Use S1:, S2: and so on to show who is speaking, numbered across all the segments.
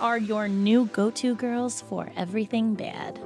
S1: are your new go to girls for everything bad.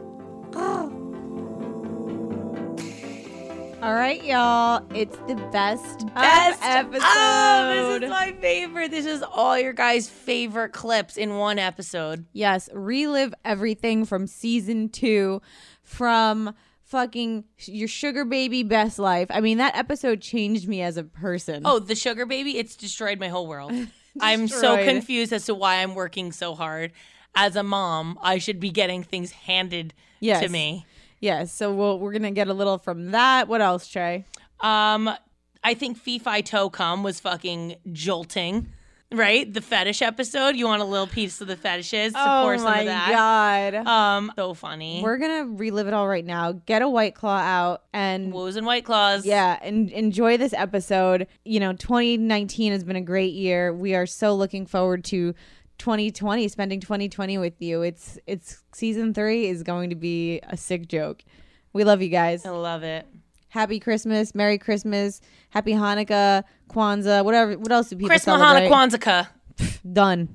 S2: All right, y'all. It's the best,
S3: Best
S2: of episode.
S3: Oh, this is my favorite. This is all your guys' favorite clips in one episode.
S2: Yes, relive everything from season two, from fucking sh- your sugar baby best life. I mean, that episode changed me as a person.
S3: Oh, the sugar baby, it's destroyed my whole world. I'm so
S2: Destroyed.
S3: confused as to why I'm working so hard. As a mom, I should be getting things handed
S2: Yes.
S3: to me.
S2: yes. So we'll, we're gonna get a little from that. What else, Trey?
S3: Um, I think Fee Fi Toe Cum was fucking jolting, right? The fetish episode. You want a little piece of the fetishes to pour some of that.
S2: Oh god.
S3: Um, so funny.
S2: we're gonna relive it all right now. Get a white claw out and
S3: Woos and White Claws.
S2: Yeah, and enjoy this episode. You know, 2019 has been a great year. We are so looking forward to 2020, spending 2020 with you. It's it's season 3 is going to be a sick joke. We love you guys.
S4: Oh.
S3: I love it.
S2: Happy Christmas, Merry Christmas, Happy Hanukkah, Kwanzaa, whatever what else do people
S3: Chris Mahana
S2: celebrate?
S3: Kwanzaa.
S2: Done.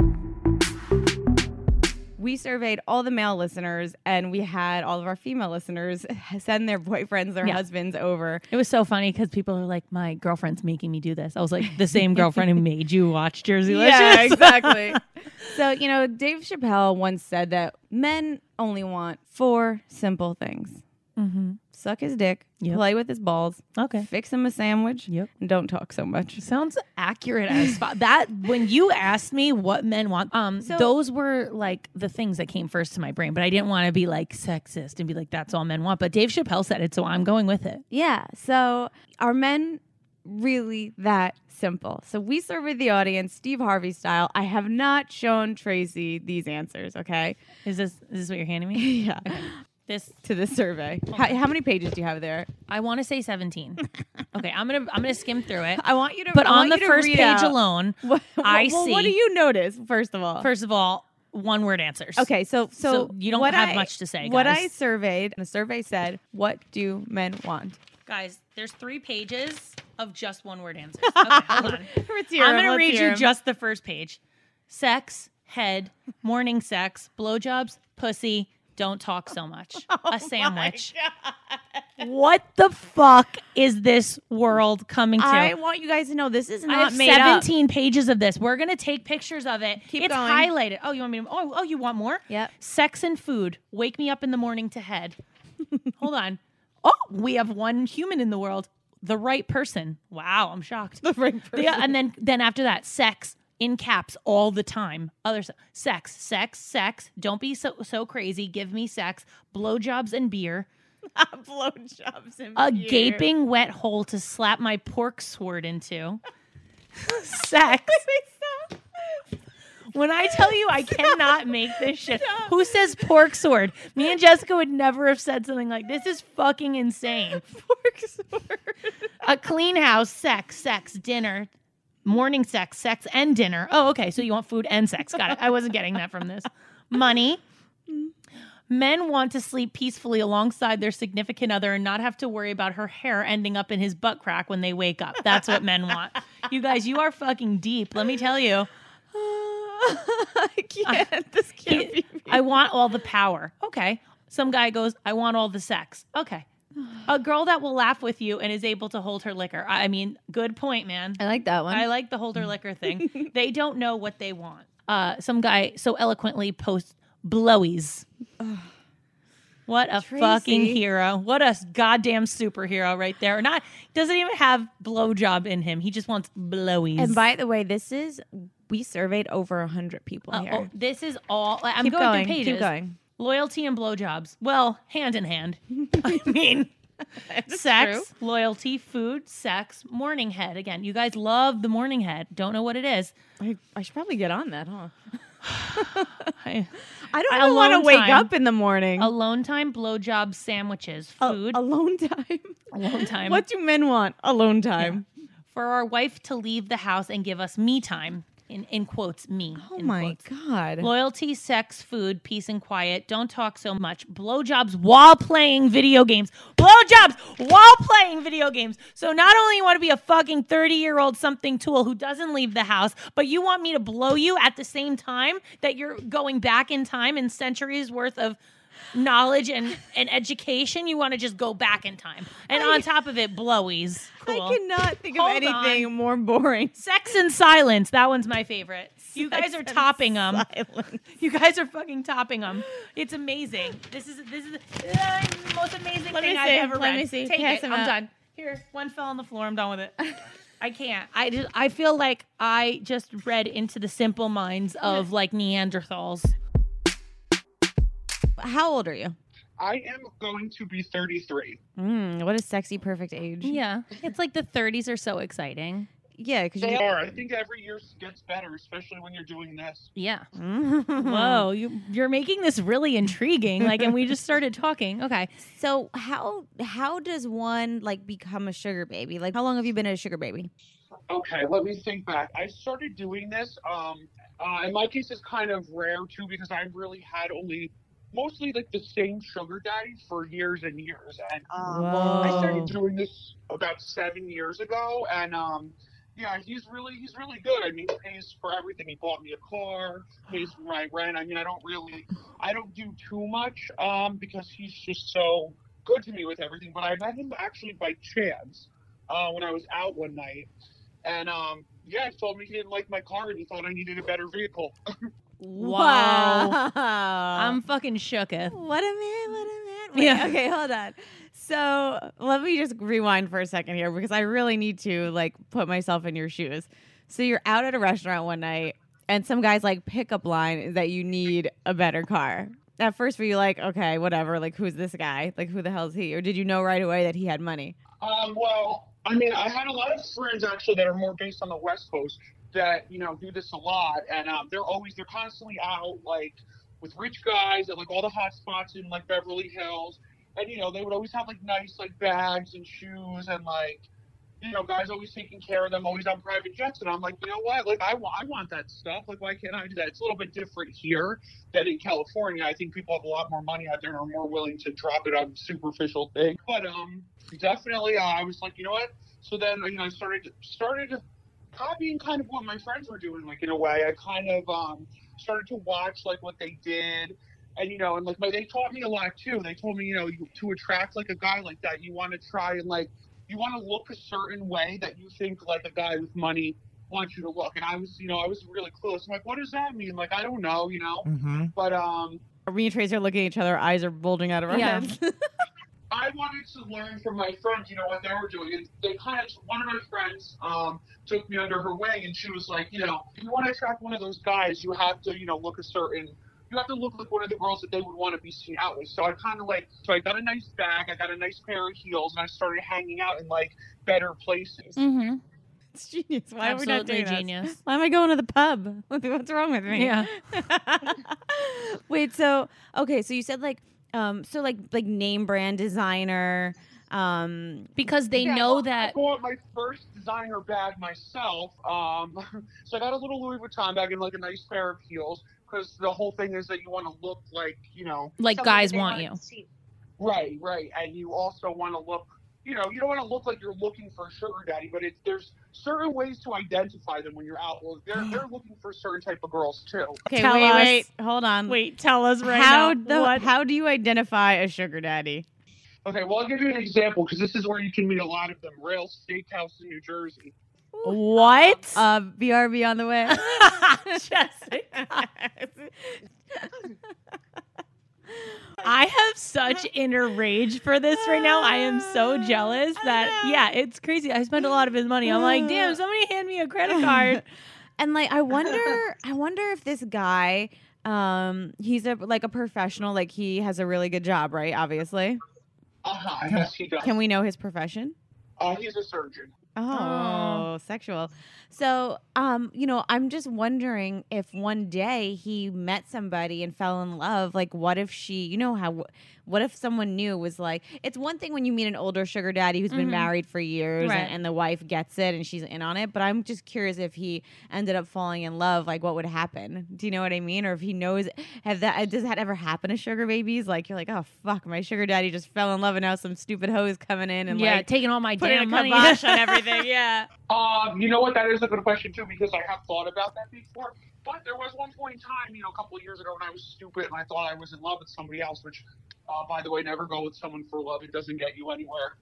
S4: we surveyed all the male listeners and we had all of our female listeners send their boyfriends, their husbands over.
S1: It was so funny because people are like, my girlfriend's making me do this. I was like, the same girlfriend who made you watch Jersey
S4: Yeah,
S1: Licious.
S4: exactly. so, you know, Dave Chappelle once said that men only want four simple things suck his dick,
S1: Mm-hmm. Yep.
S4: play with his balls,
S1: Okay.
S4: fix him a sandwich,
S1: Yep.
S4: and don't talk so much.
S1: Sounds accurate as fu- that when you asked me what men want, um,
S4: So-
S1: those were like the things that came first to my brain. But I didn't want to be like sexist and be like that's all men want. But Dave Chappelle said it, so I'm going with it.
S4: Yeah. So are men really that simple? So we surveyed the audience, Steve Harvey style. I have not shown Tracy these answers, okay?
S1: Is this is this what you're handing me?
S4: Yeah.
S1: This
S4: To this survey. How, how many pages do you have there?
S1: I want to say 17. okay, I'm gonna I'm gonna skim through it.
S4: I want you to.
S1: But
S4: I
S1: on
S4: want
S1: the
S4: you to
S1: first
S4: read
S1: page
S4: out-
S1: alone,
S4: What,
S1: I
S4: well, What do
S1: see-
S4: you notice first of all?
S1: first of all, one word answers.
S4: Okay, so so,
S1: So you don't
S4: what
S1: have
S4: I-
S1: much to say,
S4: What
S1: guys.
S4: I surveyed, the survey said, "What do men want?"
S1: guys, there's three pages of just one word answers. Okay, hold on. I'm going to read you just the first page. Sex, head, morning sex, blowjobs, pussy, don't talk so much.
S4: Oh
S1: a sandwich. What the fuck is this world coming to?
S4: I want you guys to know this is
S1: I
S4: not
S1: have
S4: made up.
S1: 17 pages of this. We're going to take pictures of it.
S4: Keep
S1: it's
S4: going.
S1: highlighted. Oh, you want me to Oh, oh, you want more?
S4: Yep.
S1: Sex and food. Wake me up in the morning to head. Hold on. Oh, we have one human in the world. The right person. Wow, I'm shocked. The right person. Yeah, and then then after that, sex in caps all the time. Other se- sex, sex, sex. Don't be so so crazy. Give me sex. Blowjobs and beer.
S4: Blowjobs and
S1: A
S4: beer.
S1: gaping wet hole to slap my pork sword into. Sex. When I tell you I cannot make this shit. Who says pork sword? Me and Jessica would never have said something like this is fucking insane.
S4: Pork sword.
S1: A clean house, sex, sex, dinner, morning sex, sex and dinner. Oh, okay. So you want food and sex. Got it. I wasn't getting that from this. Money. Men want to sleep peacefully alongside their significant other and not have to worry about her hair ending up in his butt crack when they wake up. That's what men want. You guys, you are fucking deep. Let me tell you.
S4: I can't. This can't be. me.
S1: I want all the power. Okay. Some guy goes, I want all the sex. Okay. A girl that will laugh with you and is able to hold her liquor. I I mean, good point, man.
S2: I like that one.
S1: I like the hold her liquor thing. they don't know what they want. Uh, some guy so eloquently posts blowies. What a fucking
S4: Tracy.
S1: hero. What a goddamn superhero right there. Not doesn't even have blowjob in him. He just wants blowies.
S4: And by the way, this is we surveyed over a hundred people
S1: Uh,
S4: here.
S1: oh, this is all I'm
S4: Keep
S1: going,
S4: going.
S1: through
S4: Keep
S1: pages.
S4: going.
S1: Loyalty and blowjobs. Well, hand in hand. I mean, sex, loyalty, food, sex, morning head. Again, you guys love the morning head. Don't know what it is.
S4: oh, I, I should probably get on that, huh?
S1: I-
S4: I don't
S1: A
S4: ever want to
S1: lone
S4: wake
S1: time.
S4: up in the morning.
S1: Alone time, blowjob, sandwiches, food,
S4: alone time.
S1: alone time.
S4: What do men want? Alone time.
S1: For our wife to leave the house and give us me time. in in quotes me.
S2: Oh
S1: in
S2: my
S1: quotes.
S2: god.
S1: Loyalty, sex, food, peace and quiet. Don't talk so much. Blowjobs while playing video games. Blowjobs while playing video games. So not only you want to be a fucking 30-year-old something tool who doesn't leave the house, but you want me to blow you at the same time that you're going back in time and centuries worth of knowledge and, and education. You want to just go back in time. And on top of it, blowies. Cool.
S2: I cannot think of
S1: Hold on.
S2: anything more boring.
S1: Sex and silence. That one's my favorite. You guys are topping them. You guys are fucking topping them. It's amazing. This is this is the uh, most amazing
S4: Let me
S1: thing I've
S4: see.
S1: ever
S4: Let
S1: read.
S4: me see.
S1: Take
S4: Pass
S1: it. I'm
S4: them out.
S1: done. Here, one fell on the floor. I'm done with it. I can't. I just I feel like I just read into the simple minds of like Neanderthals.
S2: How old are you?
S5: I am going to be 33.
S2: Mm, what a sexy perfect age.
S6: Yeah, it's like the 30s are so exciting.
S2: Yeah, because
S5: They
S2: you.
S5: are. I think every year gets better, especially when you're doing this.
S6: Yeah.
S2: Whoa.
S1: Whoa, you you're making this really intriguing.
S6: Like, and we just started talking. Okay.
S2: So how how does one like become a sugar baby? Like how long have you been a sugar baby?
S5: Okay, let me think back. I started doing this. Um, uh, in my case, it's kind of rare too because I've really had only mostly like the same sugar daddy for years and years. And um, I
S4: Oh.
S5: started doing this about seven years ago, and um, yeah, he's really he's really good. I mean, he pays for everything. He bought me a car, pays for my rent. I mean, I don't really, I don't do too much um, because he's just so good to me with everything. But I met him actually by chance uh, when I was out one night, and um, yeah, he told me he didn't like my car and he thought I needed a better vehicle.
S1: Wow.
S2: Wow.
S1: I'm fucking shooketh.
S2: what a man, what a man. Wait,
S1: Yeah.
S2: Okay, hold on.
S4: So let me just rewind for a second here because I really need to like put myself in your shoes. So you're out at a restaurant one night and some guy's like pickup line is that you need a better car. At first were you like, okay, whatever, like who's this guy? Like who the hell is he? Or did you know right away that he had money?
S5: Um, well, I mean, I had a lot of friends actually that are more based on the West Coast that you know do this a lot, and um, they're always they're constantly out like with rich guys at like all the hot spots in like Beverly Hills, and you know they would always have like nice like bags and shoes and like you know guys always taking care of them, always on private jets, and I'm like, you know what, like I want I want that stuff, like why can't I do that? It's a little bit different here than in California. I think people have a lot more money out there and are more willing to drop it on superficial things, but um definitely uh, i was like you know what so then you know i started started copying kind of what my friends were doing like in a way i kind of um started to watch like what they did and you know and like my, they taught me a lot too they told me you know you, to attract like a guy like that you want to try and like you want to look a certain way that you think like a guy with money wants you to look and i was you know i was really clueless i'm like what does that mean like i don't know you know
S6: Mm-hmm.
S5: but um
S4: Me and Tracy are looking at each other, eyes are bulging out of our
S6: Yeah.
S4: heads.
S5: I wanted to learn from my friends, you know, what they were doing. And they kind of, one of my friends um, took me under her wing, and she was like, you know, if you want to attract one of those guys, you have to, you know, look a certain, you have to look like one of the girls that they would want to be seen out with. So I kind of like, so I got a nice bag, I got a nice pair of heels, and I started hanging out in like better places.
S6: Mm-hmm.
S4: It's genius. Why are we not
S1: Absolutely
S4: doing this?
S1: genius.
S4: Why am I going to the pub? What's wrong with me?
S1: Yeah.
S2: Wait, so okay, so you said like um so like like name brand designer um
S6: Because they
S5: Yeah,
S6: know
S5: well, I
S6: that.
S5: bought my first designer bag myself. Um, so I got a little Louis Vuitton bag and like a nice pair of heels because the whole thing is that you want to look like, you know,
S6: Like,
S5: someone
S6: guys
S5: they
S6: want
S5: wanna
S6: you.
S5: see. Right, right, and you also want to look. You know, you don't want to look like you're looking for a sugar daddy, but it's there's certain ways to identify them when you're out. Well, they're they're looking for certain type of girls too.
S4: Okay,
S1: Tell
S4: wait,
S1: us-
S4: wait, hold on.
S1: Wait, tell us right
S4: how
S1: now.
S4: the
S1: what-
S4: how do you identify a sugar daddy?
S5: Okay, well I'll give you an example because this is where you can meet a lot of them. Rail Steakhouse in New Jersey.
S1: what?
S4: Uh, BRB on the way. Uh,
S1: Jessica. I have such inner rage for this right now. I am so jealous that yeah, it's crazy. I spent a lot of his money. I'm
S4: Uh.
S1: like, damn, somebody hand me a credit card.
S2: and like I wonder I wonder if this guy um he's a like a professional like he has a really good job, right? Obviously.
S5: Uh huh. Yes, he does.
S2: Can we know his profession?
S5: Uh, he's a surgeon.
S2: Oh, sexual. So, um, you know, I'm just wondering if one day he met somebody and fell in love, like what if she, you know how wh-
S4: what if someone new was like, it's one thing when you meet an older sugar daddy who's been
S6: Mhm.
S4: married for years
S6: Right.
S4: and, and the wife gets it and she's in on it, but I'm just curious if he ended up falling in love, like what would happen? Do you know what I mean? Or if he knows, have that, does that ever happen to sugar babies? Like you're like, oh fuck, my sugar daddy just fell in love and now some stupid hoe's coming in and
S1: yeah,
S4: like
S1: taking all my
S4: putting a
S1: damn money.
S4: kibosh on everything. Yeah.
S5: Um, you know what? That is a good question too, because I have thought about that before. But there was one point in time, you know, a couple of years ago, when I was stupid and I thought I was in love with somebody else. Which, uh, by the way, never go with someone for love; it doesn't get you anywhere.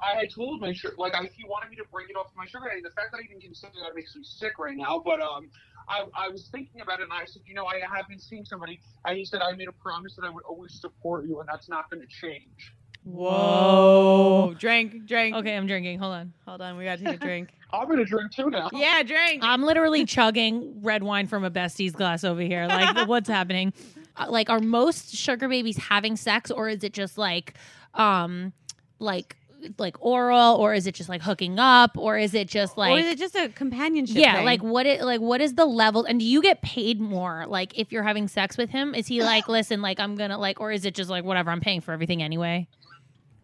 S5: I had told my sugar, like, I, he wanted me to break it off with my sugar daddy. The fact that I even consider that makes me sick right now. But um, I, I was thinking about it, and I said, you know, I have been seeing somebody, and he said I made a promise that I would always support you, and that's not going to change.
S4: Whoa. Drink, drink.
S6: Okay, I'm drinking. Hold on.
S4: Hold on, we gotta take a drink.
S5: I'm going to drink too now.
S4: yeah, drink.
S6: I'm literally chugging red wine from a bestie's glass over here. Like, what's happening?
S1: Uh, like, are most sugar babies having sex, or is it just like, um, like, like oral, or is it just like hooking up, or is it just like,
S4: or is it just a companionship?
S1: yeah,
S4: thing?
S1: like what it, like what is the level, and do you get paid more, like if you're having sex with him? Is he like, listen, like I'm gonna like, or is it just like whatever, I'm paying for everything anyway?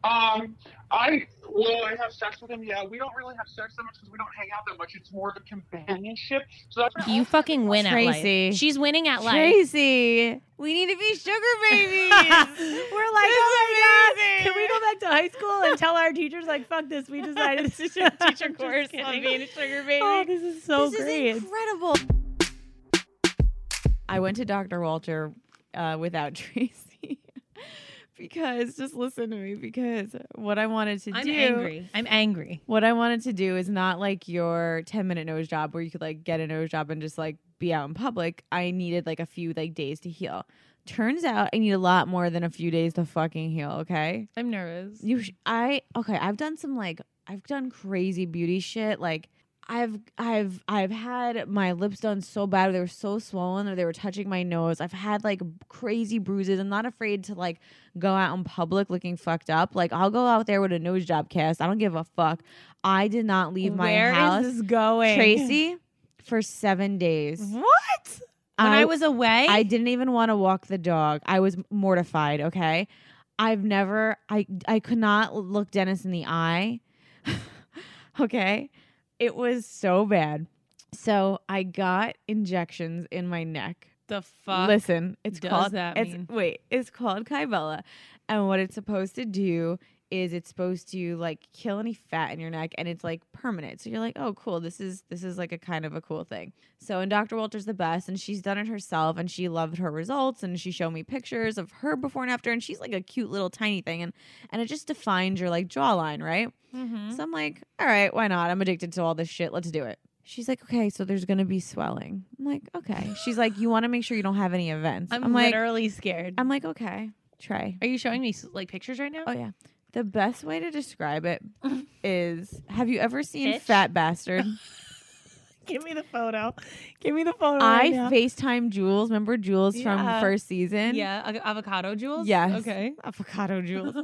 S5: Um, I well, I have sex with him. Yeah, we don't really have sex that much because we don't hang out that much. It's more of a companionship. So that's
S1: You fucking win at
S4: Tracy.
S1: life. She's winning at life.
S4: Tracy. We need to be sugar babies. We're like, oh my god,
S6: Can we go back to high school and tell our teachers, like, fuck this, we decided to teach a teacher course on being a sugar baby? Oh, this is so
S4: this
S6: great.
S4: is incredible. I went to Dr. Walter uh, without Tracy because just listen to me because what I wanted to
S6: I'm
S4: do.
S6: angry. I'm angry.
S4: What I wanted to do is not like your 10 minute nose job where you could like get a nose job and just like be out in public. I needed like a few like days to heal. Turns out I need a lot more than a few days to fucking heal, okay?
S6: I'm nervous.
S4: You, sh- I okay. I've done some like I've done crazy beauty shit. Like I've I've I've had my lips done so bad they were so swollen or they were touching my nose. I've had like crazy bruises. I'm not afraid to like go out in public looking fucked up. Like I'll go out there with a nose job cast. I don't give a fuck. I did not leave my
S6: Where is
S4: house,
S6: this going?
S4: Tracy, for seven days.
S6: What? When
S4: I-
S6: I, was away?
S4: I didn't even want to walk the dog. I was mortified, okay? I've never I I could not look Dennis in the eye. okay? It was so bad. So I got injections in my neck.
S6: the fuck?
S4: Listen, it's
S6: does
S4: called
S6: that
S4: it's
S6: mean?
S4: wait, it's called Kybella. And what it's supposed to do is it's supposed to like kill any fat in your neck and it's like permanent. So you're like, "Oh, cool. This is this is like a kind of a cool thing." So, and Dr. Walter's the best, and she's done it herself, and she loved her results, and she showed me pictures of her before and after, and she's like a cute little tiny thing, and and it just defines your like jawline, right?
S1: Mm-hmm.
S6: Mhm.
S4: So I'm like, all right, why not? I'm addicted to all this shit. Let's do it. She's like, okay, so there's gonna be swelling. I'm like, okay. She's like, you want to make sure you don't have any events.
S6: I'm,
S4: like,
S6: literally scared.
S4: I'm like, okay, try.
S6: Are you showing me like pictures right now?
S4: Oh yeah. The best way to describe it is: Have you ever seen
S1: Bitch.
S4: Fat Bastard?
S6: Give me the photo. Give me the photo.
S4: I
S6: right now.
S4: FaceTime Jules. Remember Jules
S6: Yeah.
S4: from first season?
S6: yeah, a- avocado jewels.
S4: Yes.
S6: Okay.
S4: avocado jewels.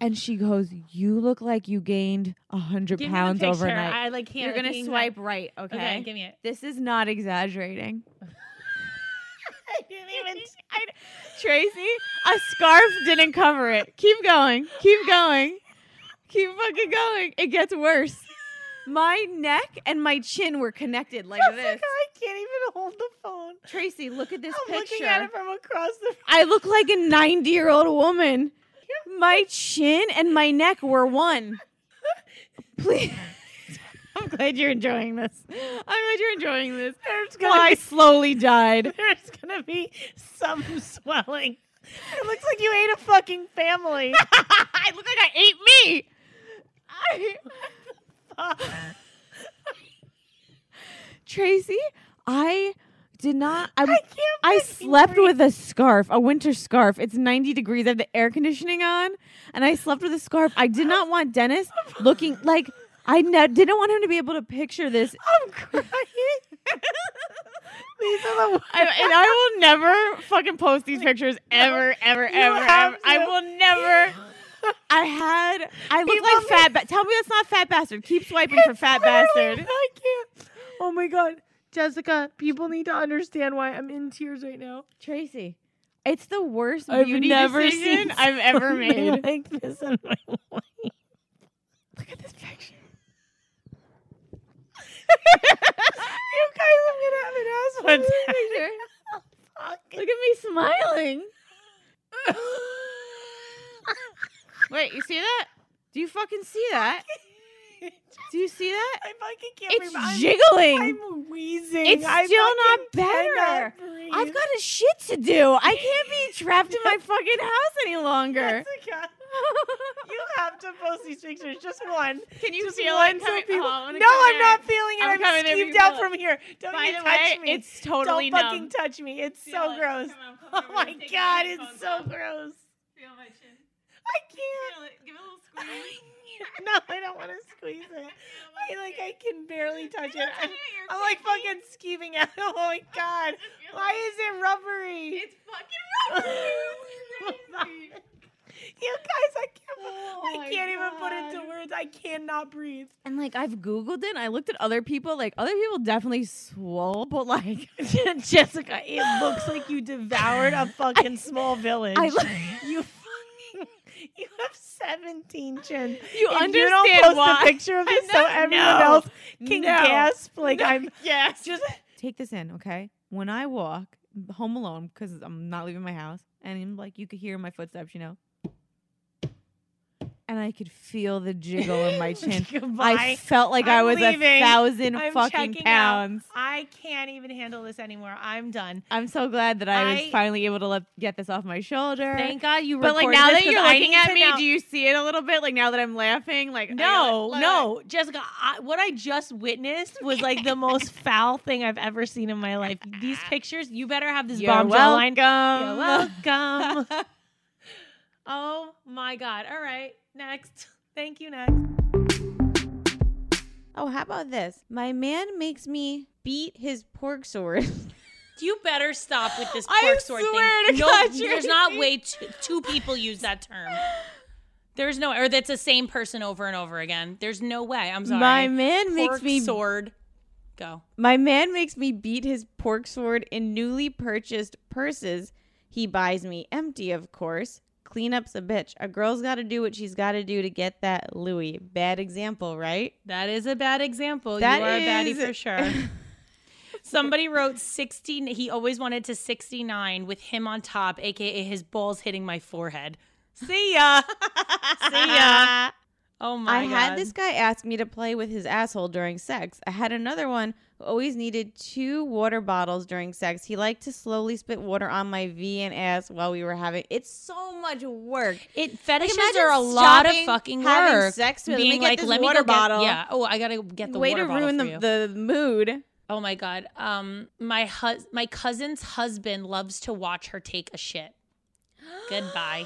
S4: and she goes, "You look like you gained a hundred
S6: Give me the
S4: pounds
S6: picture.
S4: overnight."
S6: I like can't.
S4: You're gonna
S6: think that-
S4: swipe right, okay?
S6: Okay. give me it.
S4: this is not exaggerating.
S6: I didn't even.
S4: Tracy, a scarf didn't cover it. Keep going. Keep going. Keep fucking going. It gets worse. My neck and my chin were connected like this.
S6: can't even hold the phone.
S4: Tracy, look at this picture.
S6: from across the.
S4: I look like a 90 year old woman. My chin and my neck were one. Please. I'm glad you're enjoying this. I'm glad you're enjoying this. Well, I slowly died.
S6: There's gonna be some swelling. It looks like you ate a fucking family.
S4: I look like I ate me. I- Tracy, I did not. I, I, slept with a scarf, a winter scarf. It's 90 degrees. I have the air conditioning on, and I slept with a scarf. I did not want Dennis looking like. I ne- didn't want him to be able to picture this. I'm crying. These are the I, and I will never fucking post these pictures ever, ever, ever, ever. I will never. I had. I look like fat. Ba- Tell me that's not fat bastard. Keep swiping for fat bastard.
S6: I can't. Oh my god, Jessica! People need to understand why I'm in tears right now.
S4: Tracy,
S7: It's the worst
S8: I've
S7: beauty
S8: never
S7: decision
S8: seen
S7: I've ever
S8: something
S7: made.
S8: like this in my life. Look at this picture.
S7: You guys, I'm gonna have an asshole. picture. Look at me smiling. Wait, you see that? Do you fucking see that? Do you see that?
S8: I fucking can't
S7: It's
S8: remember.
S7: jiggling.
S8: I'm wheezing.
S7: It's
S8: I
S7: still not
S8: fucking
S7: better.
S8: cannot breathe.
S7: I've got a shit to do. I can't be trapped in my fucking house any longer.
S8: Jessica, you have to post these pictures. Just one.
S7: Can you
S8: Just
S7: feel
S8: one
S7: it?
S8: so
S7: coming-
S8: people-
S7: oh, I'm gonna
S8: no,
S7: come
S8: I'm
S7: here.
S8: not feeling it.
S7: I'm
S8: I'm,
S7: coming there,
S8: skeeved
S7: you
S8: out
S7: feel it.
S8: from here. Don't
S7: By
S8: you
S7: the
S8: touch
S7: way,
S8: me.
S7: it's totally
S8: Don't
S7: numb.
S8: fucking touch me. It's
S7: Feel
S8: so
S7: it.
S8: gross.
S7: Come on, come
S8: Oh
S7: over
S8: my
S7: here, take your
S8: god,
S7: headphones
S8: it's so
S7: off.
S8: gross.
S7: Feel my chin.
S8: I can't.
S7: Feel it. Give it a little squeeze.
S8: No, I don't want to squeeze it. I like I can barely touch it. I'm,
S7: You're
S8: I'm like
S7: freaking-
S8: fucking skeeving out. Oh my god. Why is it rubbery?
S7: It's fucking rubbery.
S8: You guys, I can't.
S7: Oh
S8: I
S7: my
S8: can't even put it
S7: God.
S8: into words. I cannot breathe.
S7: And like I've googled it, and I looked at other people. Like other people definitely swole, but like
S8: Jessica, it looks like you devoured a fucking small village.
S7: I look.
S8: you fucking. You have 17 chins.
S7: You
S8: If
S7: understand
S8: you don't post
S7: why?
S8: a picture of
S7: I
S8: it so
S7: know-
S8: everyone
S7: no.
S8: else can
S7: No.
S8: gasp like I'm
S7: Yes.
S8: just
S7: take this in, okay? When I walk home alone because I'm not leaving my house, and I'm like you could hear my footsteps, you know, and I could feel the jiggle in my chin. I
S8: goodbye.
S7: felt like i
S8: I'm
S7: was a
S8: leaving.
S7: 1000
S8: I'm
S7: fucking
S8: checking out.
S7: pounds.
S1: I can't even handle this anymore. I'm done.
S7: I'm so glad that I, was
S1: I-
S7: finally able to let, get this off my shoulder.
S1: Thank God you.
S7: but like
S1: recorded
S7: now that
S1: this
S7: you're
S1: 'cause I
S7: looking
S1: need
S7: at
S1: to
S7: me,
S1: know-
S7: do you see it a little bit? Like now that I'm laughing, like I-
S1: No,
S7: like-
S1: no, Jessica. I, what I just witnessed was like the most foul thing I've ever seen in my life. These pictures, you better have this
S7: You're
S1: bomb
S7: welcome.
S1: jawline. You're welcome. oh my God. All right, next. Thank you. Next.
S4: Oh, how about this? My man makes me beat his pork sword.
S3: You better stop with this
S7: I
S3: pork sword
S7: swear
S3: thing.
S7: to
S3: no,
S7: God,
S3: there's not way two, two people use that term. There's no, or that's the same person over and over again. There's no way. I'm sorry.
S4: My man
S3: Pork
S4: makes me
S3: sword. Go.
S4: My man makes me beat his pork sword in newly purchased purses. He buys me empty, of course. Cleanup's a bitch. A girl's got to do what she's got to do to get that Louis. Bad example, right?
S3: That is a bad example.
S4: That
S3: you are a
S4: is-
S3: baddie for sure. Somebody wrote 16. He always wanted to 69 with him on top, aka his balls hitting my forehead. See ya. See ya. Oh my
S4: I
S3: god.
S4: had this guy ask me to play with his asshole during sex. I had another one who always needed two water bottles during sex. He liked to slowly spit water on my V and ass while we were having. It's so much work.
S3: It fetishes
S4: Imagine
S3: are a lot of
S4: stopping
S3: fucking
S4: having
S3: work.
S4: sex with- let
S3: being
S4: me get
S3: like,
S4: this
S3: let me
S4: water
S3: go get-
S4: bottle.
S3: yeah. Oh, I gotta get the
S4: Way
S3: water
S4: to
S3: bottle
S4: ruin
S3: for
S4: the,
S3: you.
S4: the mood.
S3: oh my god. Um, my hus- my cousin's husband loves to watch her take a shit. Goodbye.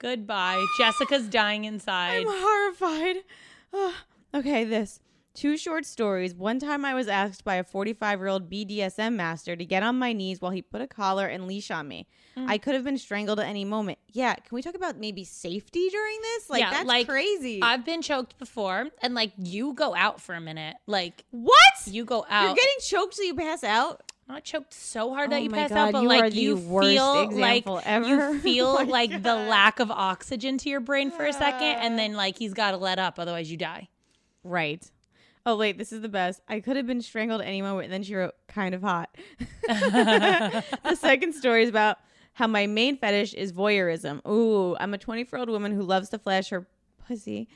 S3: Goodbye. Jessica's dying
S4: I'm
S3: inside.
S4: horrified. Ugh. okay, this. Two short stories. One time I was asked by a 45 year old BDSM master to get on my knees while he put a collar and leash on me.
S3: Mm.
S4: I could have been strangled at any moment. Yeah, can we talk about maybe safety during this? Like,
S3: Yeah,
S4: that's
S3: like,
S4: crazy.
S3: I've been choked before, and like you go out for a minute. Like
S4: what?
S3: you go
S4: You're
S3: out.
S4: getting choked till you pass out?
S3: not choked so hard that
S4: Oh
S3: you
S4: my
S3: pass
S4: God,
S3: out, but
S4: you are
S3: like
S4: the
S3: you
S4: worst
S3: feel like
S4: example ever. Oh
S3: you feel like the lack of oxygen to your brain for a second, and then like he's got to let up, otherwise you die.
S4: Right. Oh, wait, this is the best. I could have been strangled at any moment. And then she wrote, kind of hot. the second story is about how my main fetish is voyeurism. Ooh, I'm a 24 year old woman who loves to flash her pussy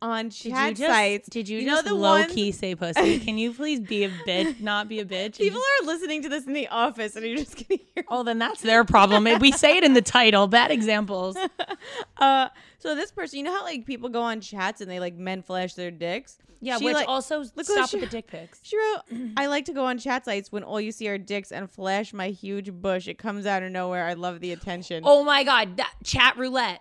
S4: on chat
S3: did you just,
S4: sites.
S3: Did you,
S4: You know
S3: just
S4: the
S3: low
S4: ones-
S3: key say pussy? Can you please be a bitch? Not be a bitch. and
S4: People
S3: just-
S4: are listening to this in the office and you're just going to hear.
S3: oh, then that's their problem. we say it in the title. Bad examples.
S4: Uh, so this person, you know how like people go on chats and they like men flash their dicks?
S3: Yeah,
S4: She,
S3: which
S4: like-
S3: also
S4: what
S3: stop
S4: she-
S3: with the dick pics.
S4: She wrote, I like to go on chat sites when all you see are dicks and flash my huge bush. It comes out of nowhere. I love the attention.
S3: Oh my god, that chat roulette.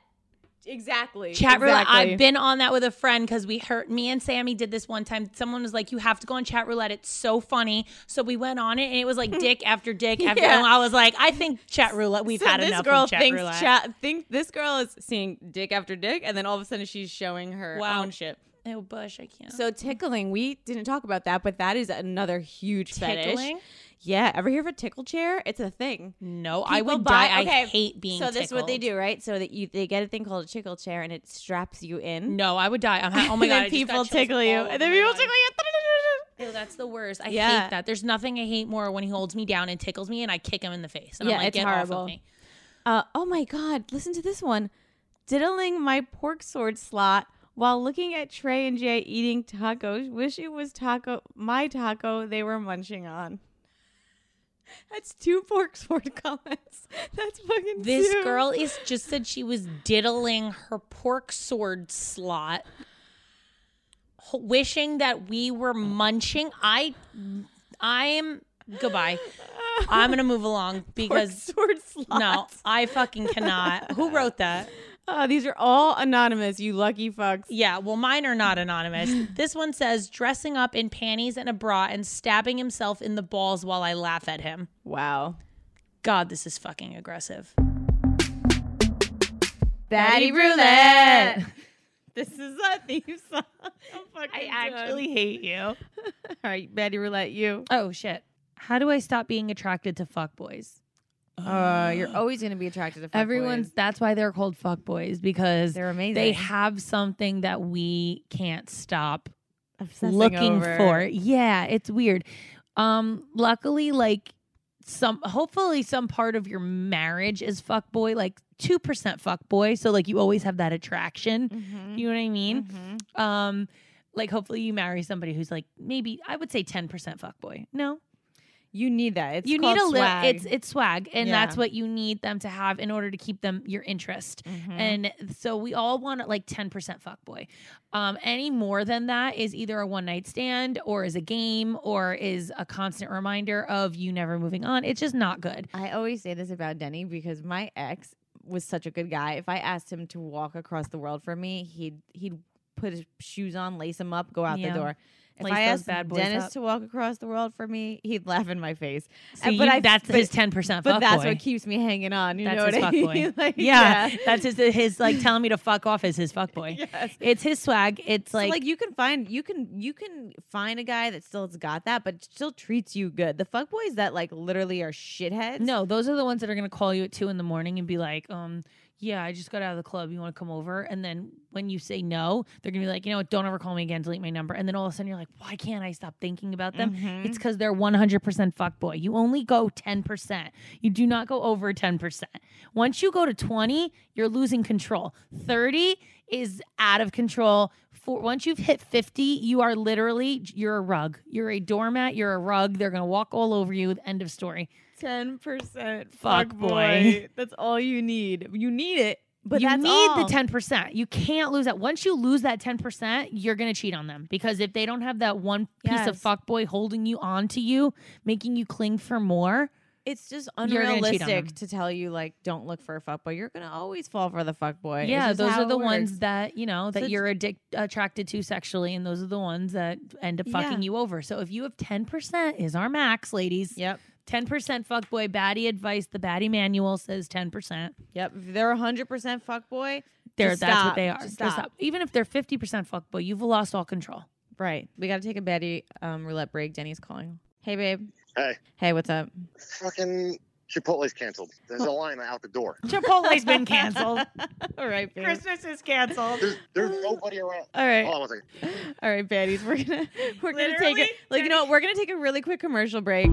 S4: exactly.
S3: Chat roulette.
S4: Exactly.
S3: I've been on that with a friend because we heard me and Sammy did this one time. Someone was like, "You have to go on chat roulette. It's so funny." So we went on it, and it was like dick after dick after.
S4: Yeah.
S3: And I was like, "I think chat roulette. We've
S4: So
S3: had
S4: this
S3: enough
S4: girl
S3: of chat
S4: thinks
S3: roulette."
S4: chat think this girl is seeing dick after dick, and then all of a sudden she's showing her
S3: Wow.
S4: own shit.
S3: oh, Bush, I can't.
S4: So tickling, we didn't talk about that, but that is another huge fetish.
S3: Tickling?
S4: Yeah, ever hear of a tickle chair? It's a thing.
S3: No, I
S4: People
S3: would
S4: buy-
S3: die. I
S4: okay,
S3: hate being.
S4: so this is what they
S3: tickled.
S4: do, right? So that you they get a thing called a tickle chair and it straps you in.
S3: No, I would die. I'm. Ha- oh my
S4: and
S3: god!
S4: then
S3: I just got
S4: people
S3: chills
S4: tickle you.
S3: all over
S4: And then
S3: my
S4: people
S3: body.
S4: tickle you.
S3: Ew, that's the worst. I
S4: Yeah.
S3: hate that. There's nothing I hate more when he holds me down and tickles me and I kick him in the face. And
S4: Yeah,
S3: I'm like,
S4: it's
S3: get off
S4: horrible.
S3: of me.
S4: Uh, oh my god, listen to this one. Diddling my pork sword slot while looking at Trey and Jay eating tacos. Wish it was taco my taco they were munching on. That's two pork sword comments. That's fucking
S3: This
S4: two.
S3: girl is just said she was diddling her pork sword slot, h- wishing that we were munching. I, I'm goodbye. I'm gonna move along
S4: pork
S3: because
S4: sword slot.
S3: no, I fucking cannot. Who wrote that?
S4: Oh, these are all anonymous, you lucky fucks.
S3: Yeah, well, mine are not anonymous. this one says dressing up in panties and a bra and stabbing himself in the balls while I laugh at him.
S4: Wow.
S3: God, this is fucking aggressive.
S4: Batty roulette.
S9: This is a theme song. I'm fucking
S8: I
S9: done.
S8: actually hate you.
S9: All right, Betty Roulette, you.
S1: Oh shit. How do I stop being attracted to fuckboys?
S9: Uh, you're always gonna be attracted to fuckboys.
S1: Everyone's that's why they're called fuckboys because
S9: They're amazing.
S1: they have something that we can't stop
S9: Obsessing
S1: looking
S9: over-
S1: for. Yeah, it's weird. Um, luckily, like some hopefully some part of your marriage is fuck boy, like two percent fuck boy. So like you always have that attraction.
S9: Mm-hmm.
S4: Mhm.
S1: You know what I mean?
S4: Mhm.
S1: Um, like hopefully you marry somebody who's like maybe I would say ten percent fuck boy. No,
S9: You need that. It's
S1: you need a little.
S9: little.
S1: It's it's swag, and
S9: Yeah.
S1: that's what you need them to have in order to keep them your interest.
S9: Mm-hmm.
S1: And so we all want like 10% fuckboy. Um, any more than that is either a one night stand or is a game or is a constant reminder of you never moving on. It's just not good.
S9: I always say this about Denny because my ex was such a good guy. If I asked him to walk across the world for me, he'd he'd put his shoes on, lace them up, go out
S1: Yeah.
S9: the door. If
S1: Lace
S9: I
S1: those
S9: asked
S1: bad boys
S9: Dennis
S1: up.
S9: to walk across the world for me, he'd laugh in my face.
S1: So
S9: And-
S1: you-
S9: I-
S1: that's
S9: Uh, but-
S1: his 10% fuckboy.
S9: But that's what keeps me hanging on. You
S1: That's
S9: know what
S1: his
S9: I
S1: fuckboy.
S9: mean? Like,
S1: yeah, that's his, his like telling me to fuck off is his fuckboy.
S9: Yes.
S1: It's his swag. It's
S9: So,
S1: like,
S9: like, you can find you can you can find a guy that still has got that, but still treats you good. The fuckboys that like literally are shitheads.
S1: no, those are the ones that are going to call you at two in the morning and be like, um, yeah, I just got out of the club. You want to come over? And then when you say no, they're going to be like, you know what? Don't ever call me again. Delete my number. And then all of a sudden you're like, why can't I stop thinking about them?
S9: Mhm.
S1: It's because they're 100% fuckboy. You only go 10%. You do not go over 10%. Once you go to 20, you're losing control. 30 is out of control. For, once you've hit 50, you are literally, you're a rug. You're a doormat. You're a rug. They're going to walk all over you. End of story.
S9: ten percent
S1: Fuck boy.
S9: That's all you need. You need it, but
S1: you
S9: that's
S1: need
S9: all.
S1: the 10%. You can't lose that. Once you lose that 10%, you're going to cheat on them because if they don't have that one piece of
S9: Yes.
S1: fuckboy holding you onto you, making you cling for more,
S9: It's just
S1: You're gonna cheat on
S9: unrealistic
S1: them.
S9: to tell you like don't look for a fuckboy. You're gonna always fall for the fuckboy. It's
S1: Yeah,
S9: just
S1: those
S9: how
S1: are
S9: it
S1: the
S9: works.
S1: ones that you know that
S9: So it's-
S1: you're addic- attracted to sexually, and those are the ones that end up fucking
S9: Yeah.
S1: you over. So if you have ten percent is our max, ladies.
S9: Yep,
S1: Ten percent fuckboy baddie advice. The baddie manual says ten percent.
S9: yep. If they're hundred percent fuckboy,
S1: They're
S9: Just
S1: that's what
S9: stop.
S1: they are.
S9: Just
S1: Just
S9: stop.
S1: Even if they're fifty percent fuckboy, you've lost all control.
S9: right? We gotta take a Betty um, roulette break. Denny's calling. Hey, babe.
S10: Hey.
S9: Hey, what's up?
S10: Fucking Chipotle's canceled. There's a line out the door.
S8: Chipotle's been canceled.
S9: All right, babe.
S8: Christmas is canceled.
S10: There's, there's nobody around.
S9: All right.
S10: Hold on one second.
S9: All right, baddies, we're gonna we're gonna take it.
S8: Literally,
S9: Like you know what? We're gonna take a really quick commercial break.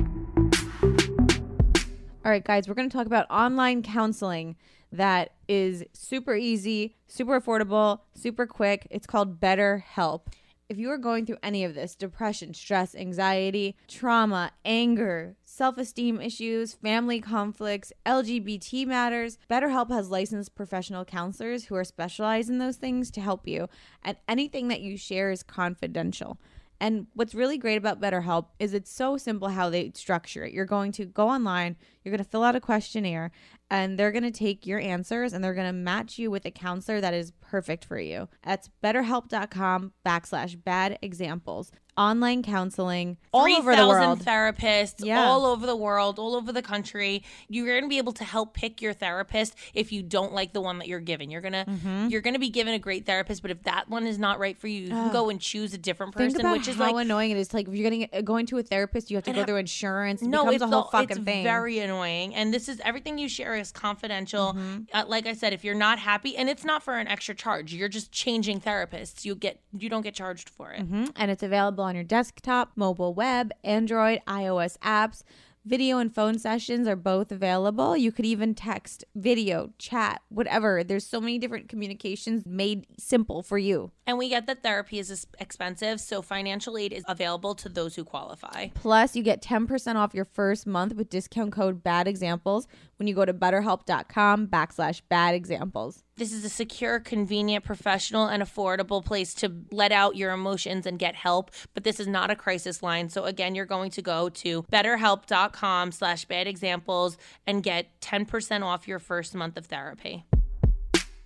S4: All right, guys, we're going to talk about online counseling that is super easy, super affordable, super quick. It's called Better Help. If you are going through any of this depression, stress, anxiety, trauma, anger, self esteem issues, family conflicts, LGBT matters, BetterHelp has licensed professional counselors who are specialized in those things to help you. And anything that you share is confidential. And what's really great about BetterHelp is it's so simple how they structure it. You're going to go online, you're going to fill out a questionnaire, and they're going to take your answers and they're going to match you with a counselor that is perfect for you. That's betterhelp.com backslash bad examples.
S3: online counseling all
S1: Three
S3: over the
S1: thousand
S3: world.
S1: therapists
S3: Yeah.
S1: all over the world, all over the country. You're going to be able to help pick your therapist if you don't like the one that you're given. You're going to
S3: Mm-hmm.
S1: you're going to be given a great therapist, but if that one is not right for you, you can go and choose a different person,
S3: Think about
S1: which is
S3: how
S1: like
S3: annoying it is. Like if you're getting going to a therapist, you have to go through insurance. It
S1: no,
S3: becomes
S1: it's
S3: a whole
S1: the-
S3: fucking
S1: it's
S3: thing.
S1: very annoying. And this is everything you share is confidential.
S3: Mm-hmm.
S1: Uh, like I said, if you're not happy, and it's not for an extra charge, you're just changing therapists. You get you don't get charged for it.
S3: Mhm. And it's available on your desktop, mobile web, Android, iOS apps. Video and phone sessions are both available. You could even text, video, chat, whatever. There's so many different communications made simple for you.
S1: And we get that therapy is ex- expensive, so financial aid is available to those who qualify.
S3: Plus, you get 10% off your first month with discount code bad examples when you go to betterhelp.com backslash bad examples.
S1: This is a secure, convenient, professional, and affordable place to let out your emotions and get help. But this is not a crisis line. So again, you're going to go to betterhelp.com slash bad examples and get 10% off your first month of therapy.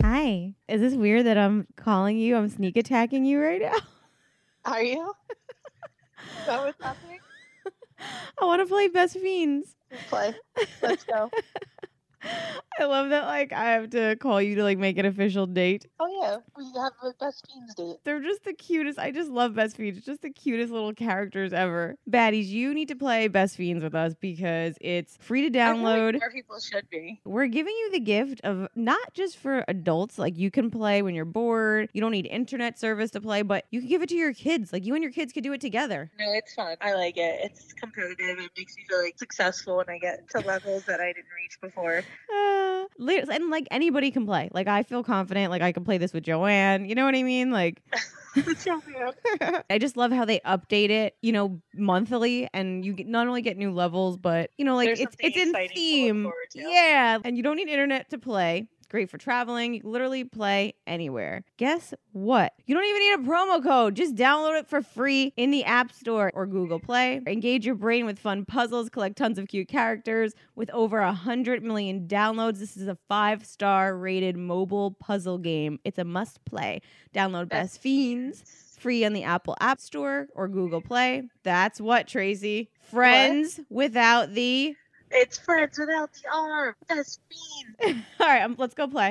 S4: Hi. Is this weird that I'm calling you? I'm sneak attacking you right now.
S2: Are you? Is that what's happening?
S4: I want to play best fiends.
S2: Play. Let's go.
S4: I love that. Like I have to call you to like make an official date.
S2: Oh yeah, we have a best fiends date.
S4: They're just the cutest. I just love Best Fiends. Just the cutest little characters ever. Baddies, you need to play Best Fiends with us because it's free to
S2: I feel like
S4: download.
S2: more people should be.
S4: We're giving you the gift of not just for adults, like you can play when you're bored. You don't need internet service to play, but you can give it to your kids. Like you and your kids could do it together.
S2: No, it's fun. I like it. It's competitive. It makes me feel like successful when I get to levels that I didn't reach before.
S4: Uh, li- and like anybody can play. Like I feel confident. Like I can play this with Joanne. You know what I mean? Like
S2: It's so weird.
S4: I just love how they update it, you know, monthly, and you get, not only get new levels, but you know, like
S2: There's
S4: it's
S2: something
S4: it's in
S2: exciting to look
S4: theme.
S2: forward to.
S4: Yeah, and you don't need internet to play. It's Great for traveling. You can literally play anywhere. Guess what? You don't even need a promo code. Just download it for free in the App Store or Google Play. Engage your brain with fun puzzles, collect tons of cute characters. With over 100 million downloads, this is a five star rated mobile puzzle game. It's a must play. Download Best Fiends free on the Apple App Store or Google Play. That's what, Tracy. Friends without the.
S2: It's friends without the arm. Best fiends.
S4: All right, um, let's go play.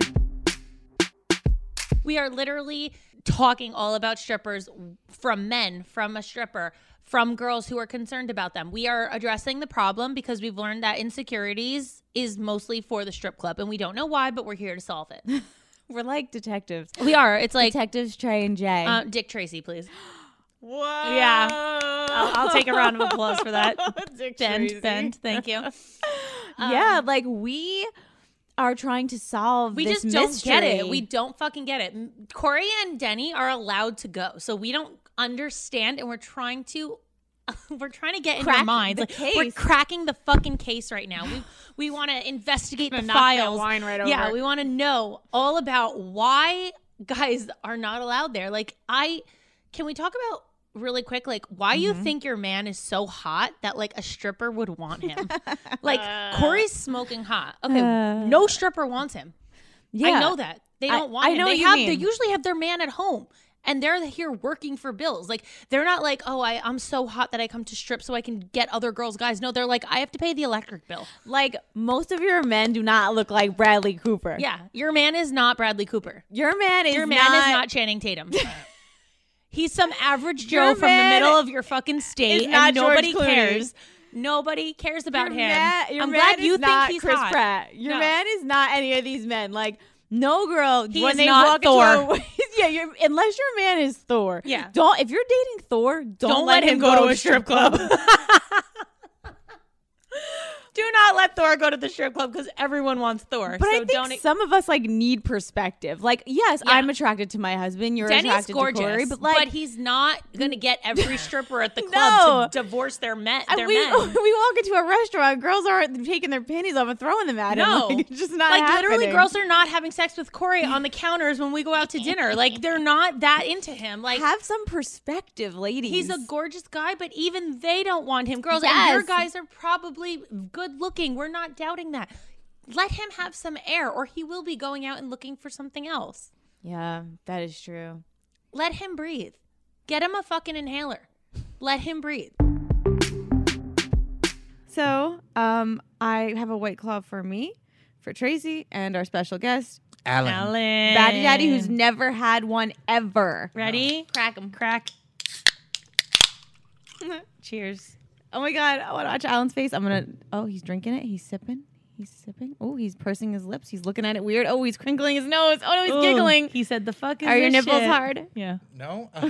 S1: We are literally talking all about strippers from men, from a stripper, from girls who are concerned about them. We are addressing the problem because we've learned that insecurities is mostly for the strip club, and we don't know why, but we're here to solve it.
S3: We're like detectives.
S1: We are. It's like
S3: detectives Trey and Jay.
S1: uh, Dick Tracy, please.
S4: Whoa.
S1: Yeah. I'll- I'll take a round of applause for that.
S4: Dick
S1: Bend,
S4: Tracy.
S1: bend. Thank you. Um,
S3: yeah, like we are trying to solve.
S1: We
S3: this
S1: just don't get it.
S3: mystery.
S1: We don't fucking get it. M- Corey and Denny are allowed to go, so we don't understand, and we're trying to. We're trying to get in
S3: Crack
S1: your minds.
S3: the
S1: Like we're
S3: case.
S1: cracking the fucking case right now. We we want to investigate the files.
S4: wine right over.
S1: Yeah, we want to know all about why guys are not allowed there. Like I can we talk about really quick like why you
S3: Mm-hmm.
S1: think your man is so hot that like a stripper would want him. like Corey's smoking hot. Okay,
S3: Uh,
S1: no stripper wants him. I know that. They
S3: I-
S1: don't want
S3: I
S1: him.
S3: know
S1: they
S3: what you
S1: have they
S3: mean.
S1: usually have their man at home. And they're here working for bills. Like they're not like, oh, I, I'm so hot that I come to strip so I can get other girls guys. No, they're like, I have to pay the electric bill.
S3: Like most of your men do not look like Bradley Cooper.
S1: Yeah, your man is not Bradley Cooper.
S3: your man is
S1: Your man is not Channing Tatum. He's some average Joe
S4: Your
S1: from the
S4: man
S1: middle of your fucking state,
S4: is
S1: and
S4: not George
S1: nobody
S4: Clooney.
S1: cares. Nobody cares about him.
S3: man- your
S1: I'm
S3: man
S1: glad
S3: is
S1: you think
S3: not
S1: he's
S3: Chris
S1: hot.
S3: Pratt. Your
S1: No.
S3: man is not any of these men. Like no girl
S1: He
S3: when
S1: is
S3: they
S1: not
S3: walk
S1: Thor.
S3: into a, yeah. Your, unless your man is Thor.
S1: Yeah.
S3: Don't if you're dating Thor, don't,
S1: Don't let him go to a strip club.
S3: Do not let Thor go to the strip club because everyone wants Thor.
S4: But
S3: so
S4: I think
S3: don't e-
S4: some of us like need perspective. Like, yes, I'm attracted to my husband. You're
S3: Denny's
S4: attracted
S3: gorgeous,
S4: to Corey, but like,
S3: he's not gonna get every stripper at the club
S4: No.
S3: to divorce their men.
S4: and
S3: Their
S4: we oh,
S3: men.
S4: we walk into a restaurant, girls aren't taking their panties off and throwing them at him.
S3: No.
S4: Like, it's just not
S3: like literally,
S4: happening.
S3: girls are not having sex with Corey on the counters when we go out to dinner. Like they're not that into him. Like
S4: have some perspective, ladies.
S3: he's a gorgeous guy, but even they don't want him. Girls, and your
S4: Yes.
S3: guys are probably good looking. We're not doubting that. Let him have some air, or he will be going out and looking for something else.
S4: yeah, that is true.
S3: Let him breathe. Get him a fucking inhaler. Let him breathe.
S4: So, um, I have a white claw for me, for Tracy, and our special guest,
S11: Alan.
S4: Batty Daddy, who's never had one ever.
S1: Ready? Crack him. Crack. Cheers.
S4: Oh my god, I want to watch Alan's face. I'm gonna. Oh, he's drinking it. He's sipping. He's sipping. Oh, he's pursing his lips. He's looking at it weird. Oh, he's crinkling his nose. Oh no, he's
S1: Ooh,
S4: giggling.
S1: He said, "The fuck is
S4: Are your
S1: this
S4: nipples
S1: shit?"
S4: hard?
S1: Yeah.
S11: No, uh,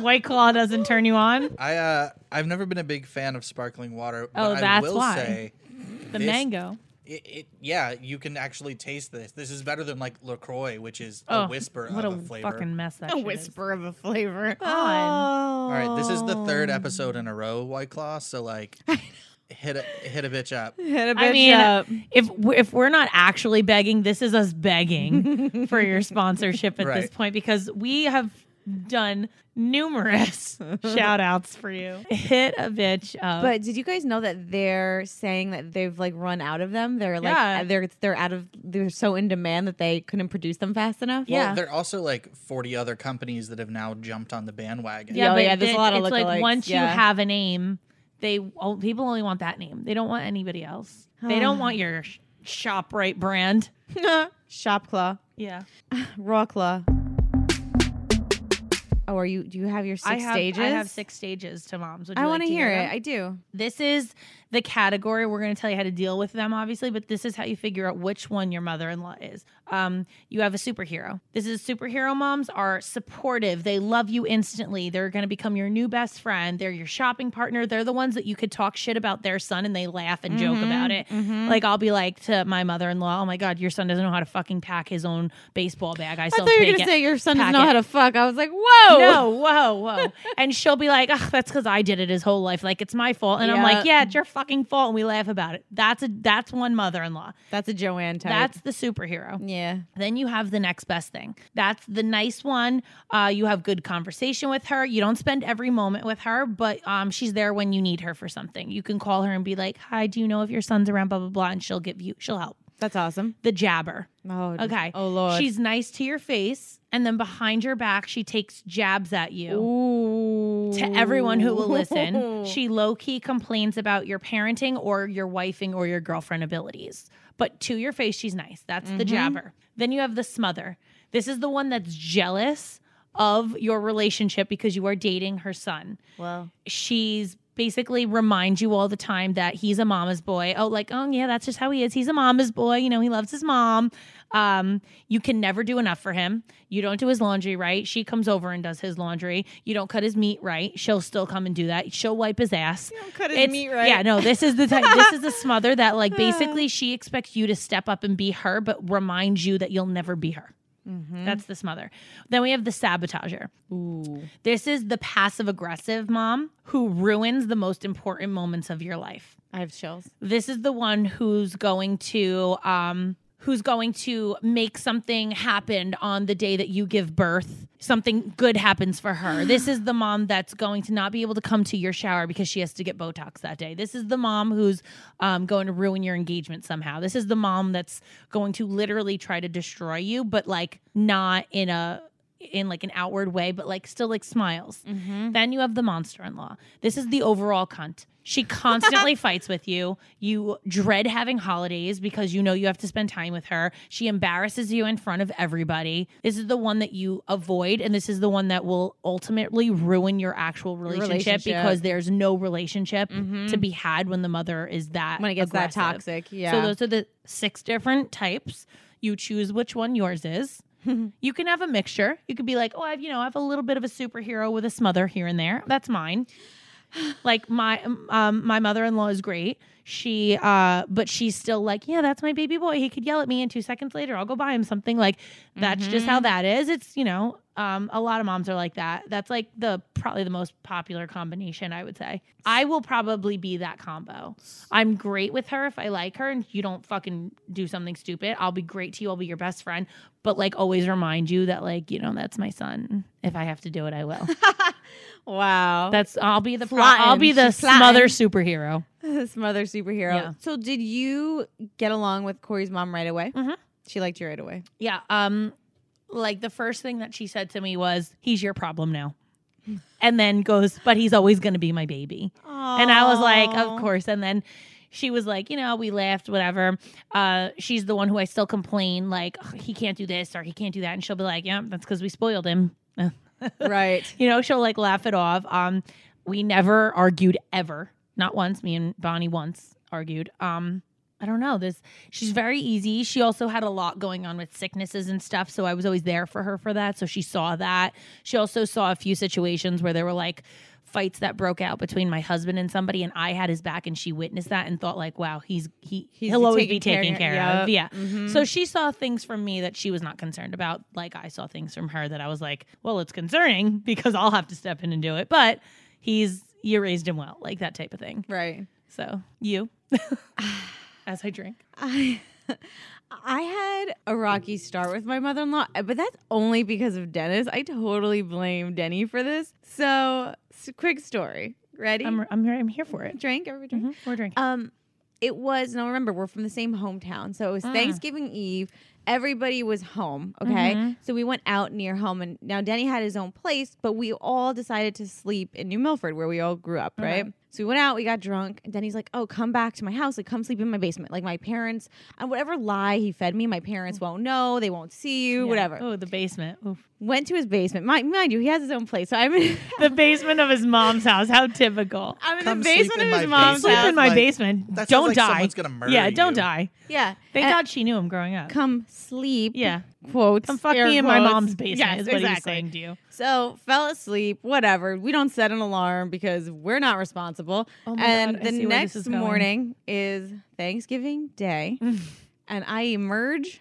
S1: White Claw doesn't turn you on.
S11: I uh, I've never been a big fan of sparkling water. But
S1: Oh,
S11: I
S1: that's
S11: will
S1: why.
S11: say
S1: The
S11: This-
S1: mango.
S11: it, it, yeah, you can actually taste this. This is better than like Lacroix, which is
S1: Oh,
S11: a whisper
S1: what
S11: of
S1: a,
S11: a flavor.
S1: fucking mess that shit is.
S4: of a flavor.
S1: on.
S3: Oh.
S11: All right, this is the third episode in a row, White Claw. So like, hit a hit a bitch up.
S4: Hit a
S1: I
S4: bitch
S1: mean,
S4: up.
S1: If we're, if we're not actually begging, this is us begging for your sponsorship at this
S11: Right.
S1: point because we have done numerous shout outs for you. Hit a bitch up.
S4: But did you guys know that they're saying that they've like run out of them? They're like
S1: Yeah.
S4: they're they're out of they're so in demand that they couldn't produce them fast enough.
S11: Well, there are also like 40 other companies that have now jumped on the bandwagon.
S4: Yeah, oh,
S1: but
S4: yeah, there's a
S1: then
S4: lot of
S1: it's like
S4: lookalikes,
S1: once
S4: yeah.
S1: you have a name, they oh, people only want that name. They don't want anybody else. They don't want your sh- Shoprite brand.
S4: Shop claw,
S1: Yeah,
S4: raw claw. Oh, are you? Do you have your six
S1: I have,
S4: stages?
S1: I have six stages to moms. Would you
S4: I
S1: want to
S4: hear
S1: them?
S4: it. I do.
S1: this is the category we're going to tell you how to deal with them obviously but this is how you figure out which one your mother-in-law is um, you have a superhero this is superhero moms are supportive they love you instantly they're going to become your new best friend they're your shopping partner they're the ones that you could talk shit about their son and they laugh and
S4: Mm-hmm.
S1: joke about it like i'll be like to my mother-in-law oh my god your son doesn't know how to fucking pack his own baseball bag i
S4: I
S1: still
S4: thought you were
S1: pick
S4: gonna
S1: it."
S4: say your son doesn't know
S1: packet.
S4: how to fuck. I was like, whoa.
S1: No, whoa, whoa. and she'll be like, Ugh, that's because I did it his whole life. Like it's my fault. And I'm like, yeah, it's your fucking fault. And we laugh about it. That's a that's one mother in law.
S4: that's a Joanne type.
S1: That's the superhero.
S4: yeah.
S1: Then you have the next best thing. That's the nice one. Uh, you have good conversation with her. You don't spend every moment with her, but um, she's there when you need her for something. You can call her and be like, "Hi, do you know if your son's around?" Blah blah blah, and she'll give you, she'll help.
S4: That's awesome.
S1: The jabber.
S4: Oh,
S1: Okay.
S4: Oh lord.
S1: She's nice to your face, and then behind your back, she takes jabs at you
S4: Ooh.
S1: to everyone who will
S4: Mm.
S1: listen, she low key complains about your parenting or your wifing or your girlfriend abilities. But to your face, she's nice. That's the jabber. Then you have the smother. This is the one that's jealous of your relationship because you are dating her son.
S4: Well.
S1: She's basically reminds you all the time that he's a mama's boy. Oh, like, oh yeah, that's just how he is. He's a mama's boy. You know, he loves his mom. Um, you can never do enough for him. You don't do his laundry right. She comes over and does his laundry. You don't cut his meat right. She'll still come and do that. She'll wipe his ass. You don't cut his
S4: meat right.
S1: Yeah, no, this is the type, this is the smother that like basically she expects you to step up and be her, but reminds you that you'll never be her.
S4: Mm-hmm.
S1: That's the smother. Then we have the sabotager. This is the passive aggressive mom who ruins the most important moments of your life
S4: I have chills.
S1: this is the one who's going to um who's going to make something happen on the day that you give birth something good happens for her this is the mom that's going to not be able to come to your shower because she has to get botox that day this is the mom who's um, going to ruin your engagement somehow this is the mom that's going to literally try to destroy you but like not in a in like an outward way but like still like smiles
S4: Mm-hmm.
S1: then you have the monster in law. This is the overall cunt. She constantly fights with you. You dread having holidays because you know you have to spend time with her. She embarrasses you in front of everybody. This is the one that you avoid, and this is the one that will ultimately ruin your actual relationship,
S4: relationship. Mm-hmm.
S1: because there's no relationship to be had when the mother is that
S4: When it gets
S1: aggressive.
S4: that toxic, yeah.
S1: So those are the six different types. You choose which one yours is. you can have a mixture. You could be like, oh, I've you know, I have a little bit of a superhero with a smother here and there. That's mine. Like my um my mother-in-law is great. She uh but she's still like, "Yeah, that's my baby boy. He could yell at me and 2 seconds later I'll go buy him something." Like that's just how that is. It's, you know, um a lot of moms are like that. That's like the probably the most popular combination, I would say. I will probably be that combo. I'm great with her if I like her and you don't fucking do something stupid. I'll be great to you. I'll be your best friend. But like always remind you that like, you know, that's my son. If I have to do it, I will.
S4: Wow.
S1: That's I'll be the pro- I'll be the
S4: She's plotting.
S1: smother superhero.
S4: this mother superhero.
S1: Yeah.
S4: So did you get along with Corey's mom right away?
S1: Mhm.
S4: She liked you right away.
S1: Yeah. Um like the first thing that she said to me was, He's your problem now. And then goes, But he's always gonna be my baby. And I was like, Of course. And then she was like, you know, we laughed, whatever. Uh, she's the one who I still complain, like, "Ugh, he can't do this or he can't do that. And she'll be like, Yeah, that's because we spoiled him.
S4: Right.
S1: you know she'll like laugh it off um we never argued ever not once me and bonnie once argued um i don't know this she's very easy she also had a lot going on with sicknesses and stuff so i was always there for her for that so she saw that she also saw a few situations where there were like fights that broke out between my husband and somebody and i had his back and she witnessed that and thought like wow he's he
S4: He's
S1: he'll always be
S4: taking
S1: taken
S4: care-
S1: care, of
S4: yeah.
S1: yeah
S4: Mhm.
S1: so she saw things from me that she was not concerned about like i saw things from her that i was like well it's concerning because i'll have to step in and do it but he's you raised him well like that type of thing
S4: Right.
S1: so you as i drink
S4: I I had a rocky start with my mother in law, but that's only because of Dennis. I totally blame Denny for this. So, s- quick story. Ready?
S1: i'm i'm, here- I'm here for it
S4: drink. Everybody drink.
S1: Mhm, we're drinking
S4: Um, it was. Now remember, we're from the same hometown, so it
S1: Mm.
S4: was Thanksgiving Eve. Everybody was home. Okay,
S1: Mm-hmm.
S4: so we went out near home, and now Denny had his own place, but we all decided to sleep in New Milford, where we all grew up. Right. So we went out. We got drunk. And Denny's like, "Oh, come back to my house. Like, come sleep in my basement. Like, my parents and whatever lie he fed me, my parents won't know. They won't see you.
S1: Yeah.
S4: Whatever."
S1: oh the basement Oof.
S4: Went to his basement. Mind, mind you, he has his own place. So I'm in,
S1: the basement of his mom's house how typical
S4: I'm in
S11: Come
S4: the
S11: sleep
S4: basement
S11: in
S4: of his
S11: my
S4: mom's
S11: basement.
S1: sleep
S4: house.
S1: in my
S11: Like,
S1: basement
S11: that sounds
S1: don't
S11: like
S1: die
S11: someone's gonna murder
S1: yeah don't
S11: you.
S1: die
S4: Yeah.
S1: thank
S4: And-
S1: god she knew him growing up
S4: come sleep.
S1: Yeah.
S4: Quotes.
S1: Come fuck
S4: air
S1: me in my
S4: quotes.
S1: mom's basement
S4: Yes,
S1: is what
S4: exactly.
S1: he's saying to you.
S4: So fell asleep, whatever. We don't set an alarm because we're not responsible.
S1: Oh my
S4: and
S1: God, I
S4: the
S1: see where this
S4: next
S1: is going.
S4: morning is Thanksgiving Day. and I emerge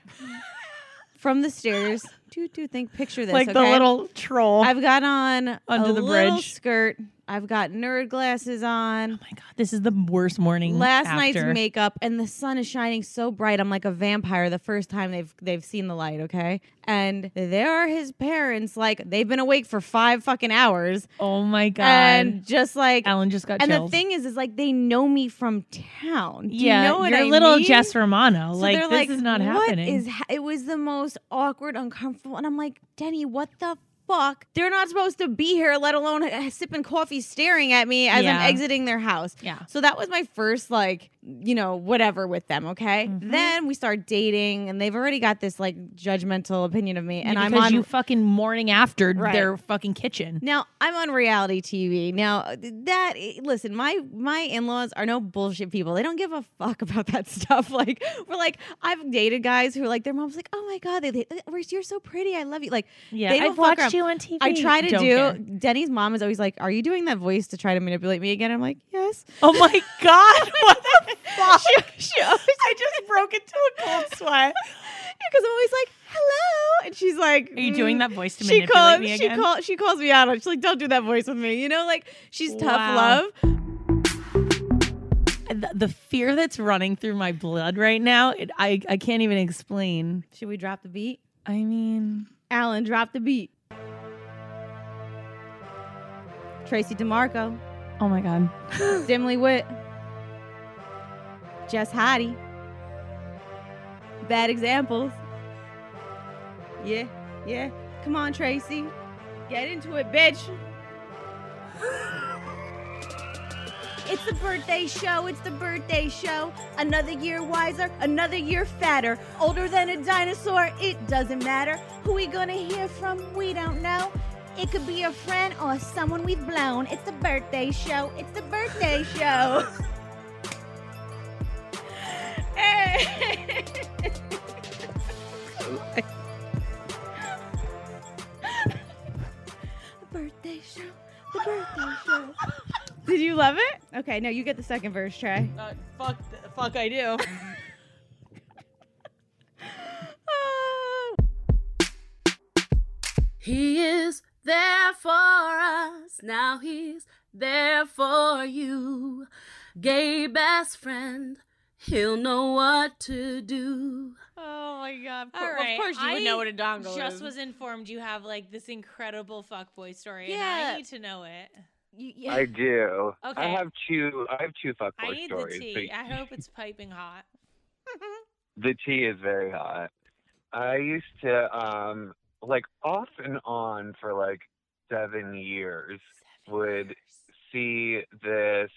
S4: from the stairs. Do do think picture this.
S1: Like the
S4: okay?
S1: little troll.
S4: I've got on
S1: Under
S4: a
S1: the
S4: little
S1: bridge.
S4: skirt. I've got nerd glasses on.
S1: my god, this is the worst morning.
S4: last
S1: after.
S4: night's makeup and the sun is shining so bright i'm like a vampire the first time they've they've seen the light okay and there are his parents like they've been awake for five fucking hours
S1: Oh my god.
S4: and just like
S1: Ellen just got
S4: and
S1: chills.
S4: the thing is is like they know me from town Do
S1: yeah,
S4: you know what
S1: you're
S4: I
S1: little
S4: mean?
S1: Jess Romano.
S4: So
S1: like
S4: they're
S1: this is not
S4: what
S1: happening.
S4: is ha- it was the most awkward, uncomfortable, and I'm like, Denny, what the fuck? They're not supposed to be here, let alone uh, sipping coffee, staring at me as
S1: Yeah.
S4: I'm exiting their house.
S1: Yeah.
S4: So that was my first like, you know, whatever with them. Okay.
S1: Mm-hmm.
S4: Then we start dating, and they've already got this like judgmental opinion of me, and
S1: Yeah,
S4: I'm
S1: because
S4: on
S1: you fucking morning after
S4: Right.
S1: their fucking kitchen.
S4: now I'm on reality TV. Now uh, that eh, listen, my my in-laws are no bullshit people. They don't give a fuck about that stuff. Like we're like I've dated guys who are like their mom's like, "Oh my god, they, they, Reese, you're so pretty. I love you." Like
S1: Yeah,
S4: they don't
S1: I've
S4: fuck
S1: watched
S4: around.
S1: you on TV.
S4: I try to
S1: Don't
S4: do.
S1: care.
S4: Denny's mom is always like, "Are you doing that voice to try to manipulate me again?" I'm like, "Yes."
S1: Oh my god, what the fuck?
S4: She- she always-
S1: I just broke into a cold sweat.
S4: Because I'm always like, "Hello," and she's like, "Mm."
S1: Are you doing that voice to
S4: she
S1: manipulate
S4: calls
S1: me
S4: she
S1: again?
S4: calls she calls me out on it. she's like don't do that voice with me you know like she's tough
S1: Wow.
S4: love
S1: the, the fear that's running through my blood right now, it, I I can't even explain.
S4: should we drop the beat
S1: I mean,
S4: Alan, drop the beat. Tracy DeMarco,
S1: oh my god.
S4: Dimly Wit, Jess Hottie, Bad Examples. Yeah, yeah. Come on, Tracy. Get into it, bitch. It's the birthday show. It's the birthday show. Another year wiser, another year fatter. Older than a dinosaur, it doesn't matter. Who we gonna hear from? We don't know. It could be a friend or someone we've blown. It's the birthday show. It's the birthday show. Hey. birthday show. The birthday show. Did you love it? Okay, no, you get the second verse, Trey.
S1: Uh, fuck, fuck, I do.
S12: He is there for us. Now he's there for you. Gay best friend. He'll know what to do.
S4: Oh my god.
S1: All right,
S4: Of course you would know
S1: I
S4: what a dongle is.
S1: Just was informed you have like this incredible fuckboy story. and
S4: Yeah.
S1: I need to know it.
S4: You- yeah.
S3: I do. I
S1: Okay.
S3: have two. I have two fuckboy
S1: I need
S3: stories.
S1: the tea.
S3: but
S1: I hope it's piping hot.
S3: the tea is very hot. I used to um like off and on for like seven years would see this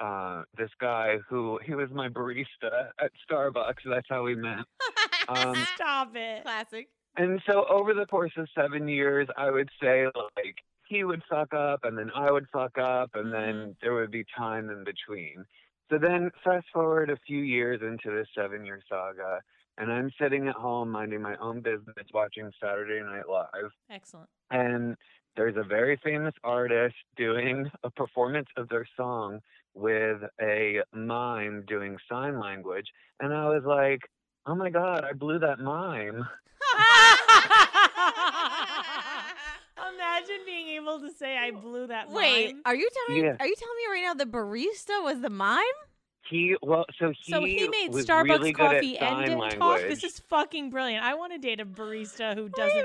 S3: uh this guy who he was my barista at Starbucks. That's how we met. Um,
S1: Stop it.
S4: Classic.
S3: and so over the course of seven years, I would say like he would fuck up, and then I would fuck up, and then there would be time in between. So then fast forward a few years into this seven-year saga, and I'm sitting at home minding my own business, watching Saturday Night Live,
S1: Excellent.
S3: and there's a very famous artist doing a performance of their song with a mime doing sign language, and I was like, "Oh my god, I blew that mime."
S8: Imagine being able to say I blew that.
S4: Wait,
S8: mime.
S4: are you telling
S3: Yeah.
S4: are you telling me right now the barista was the mime?
S3: He well, so he
S1: So he made
S3: was
S1: Starbucks
S3: really good at
S1: coffee and
S3: sign
S1: did talk.
S3: language.
S1: This is fucking brilliant. I want to date a barista who doesn't.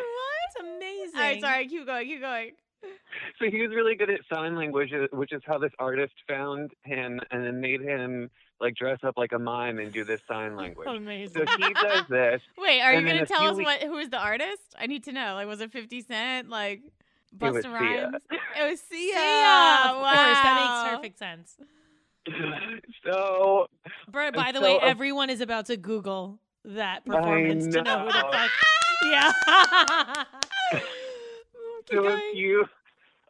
S1: It's amazing.
S4: All right, sorry, keep going, keep going.
S3: So he was really good at sign language, uh, which is how this artist found him and then made him like dress up like a mime and do this sign language.
S1: Amazing.
S3: so he does this.
S4: Wait, are
S3: And
S4: you
S3: then
S4: gonna
S3: a
S4: tell
S3: few
S4: us
S3: weeks-
S4: what who is the artist? I need to know. Like, was it Fifty Cent? Like,
S3: was
S4: Busta
S3: Sia.
S4: Rhymes? It was Sia.
S1: Yeah, of course. That
S4: Wow.
S1: makes perfect sense.
S3: so
S1: Bro, by the
S3: so
S1: way,
S3: of-
S1: everyone is about to Google that performance to know who the
S3: know.
S1: fuck. Yeah.
S3: so a few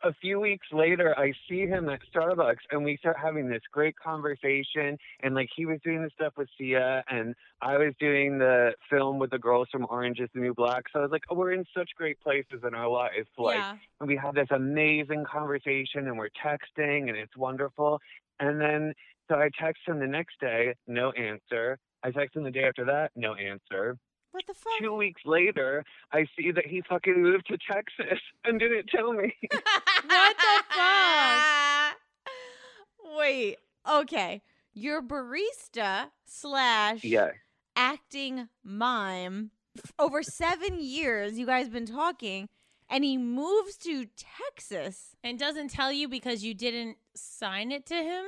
S3: a few weeks later I see him at Starbucks and we start having this great conversation and like he was doing the stuff with Sia and I was doing the film with the girls from Orange is the New Black. So I was like, oh, we're in such great places in our life. Like
S1: yeah.
S3: and we have this amazing conversation and we're texting and it's wonderful. And then so I text him the next day, no answer. I text him the day after that, no answer.
S4: What the fuck?
S3: Two weeks later, I see that he fucking moved to Texas and didn't tell me.
S4: what the fuck? Wait. Okay. Your barista slash
S3: yeah.
S4: acting mime over seven years. You guys been talking, and he moves to Texas.
S1: And doesn't tell you because you didn't sign it to him?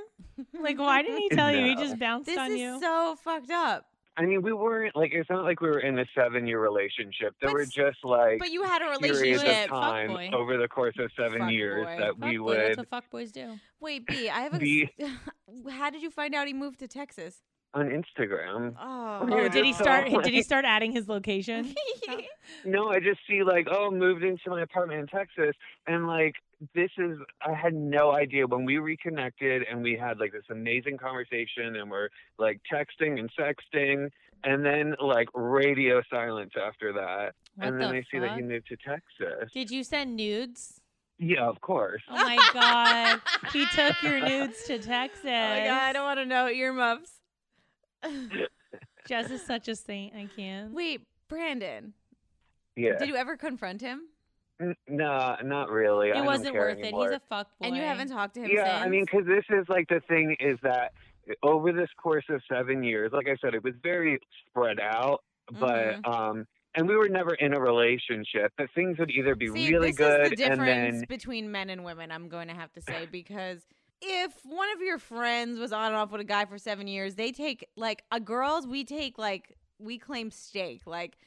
S1: Like, why didn't he tell you? He
S3: No.
S1: just bounced
S4: This
S1: on
S4: is
S1: you.
S4: so fucked up.
S3: I mean, we weren't like, it's not like we were in a seven year relationship. There
S4: But
S3: were
S4: s-
S3: just like
S4: But you had a
S3: periods
S4: relationship.
S3: of time
S1: fuckboy.
S3: over the course of seven years
S4: Fuckboy.
S3: that we
S1: Fuckboy,
S3: would
S1: That's what fuckboys do.
S4: Wait, B, I have a.
S3: The-
S4: How did you find out he moved to Texas?
S3: on Instagram.
S4: Oh,
S3: Yeah,
S1: Oh, did he
S3: that's
S1: start?
S3: all.
S1: Did he start adding his location?
S3: No, I just see like, oh, moved into my apartment in Texas, and like this is I had no idea when we reconnected and we had like this amazing conversation and we're like texting and sexting, and then like radio silence after that,
S1: What
S3: and then
S1: the
S3: I see that he
S1: fuck?
S3: moved to Texas.
S1: Did you send nudes?
S3: Yeah, of course.
S1: Oh my god, he took your nudes to Texas. Oh
S4: Oh my god, I don't want to know earmuffs.
S1: Jess is such a saint. I can't.
S4: Wait, Brandon,
S3: Yeah,
S4: did you ever confront him?
S3: N- no, not really. I
S1: it
S3: don't
S1: wasn't
S3: care
S1: worth
S3: anymore.
S1: it. He's a fuck boy.
S4: And you haven't talked to him
S3: yeah,
S4: since.
S3: I mean, because this is like the thing is that over this course of seven years, like I said, it was very spread out, but
S4: Mm-hmm.
S3: um, and we were never in a relationship, but things would either be
S4: See,
S3: really
S4: this
S3: good
S4: is the difference
S3: and then
S4: between men and women. I'm going to have to say because if one of your friends was on and off with a guy for seven years, they take like a girls. We take like we claim stake like.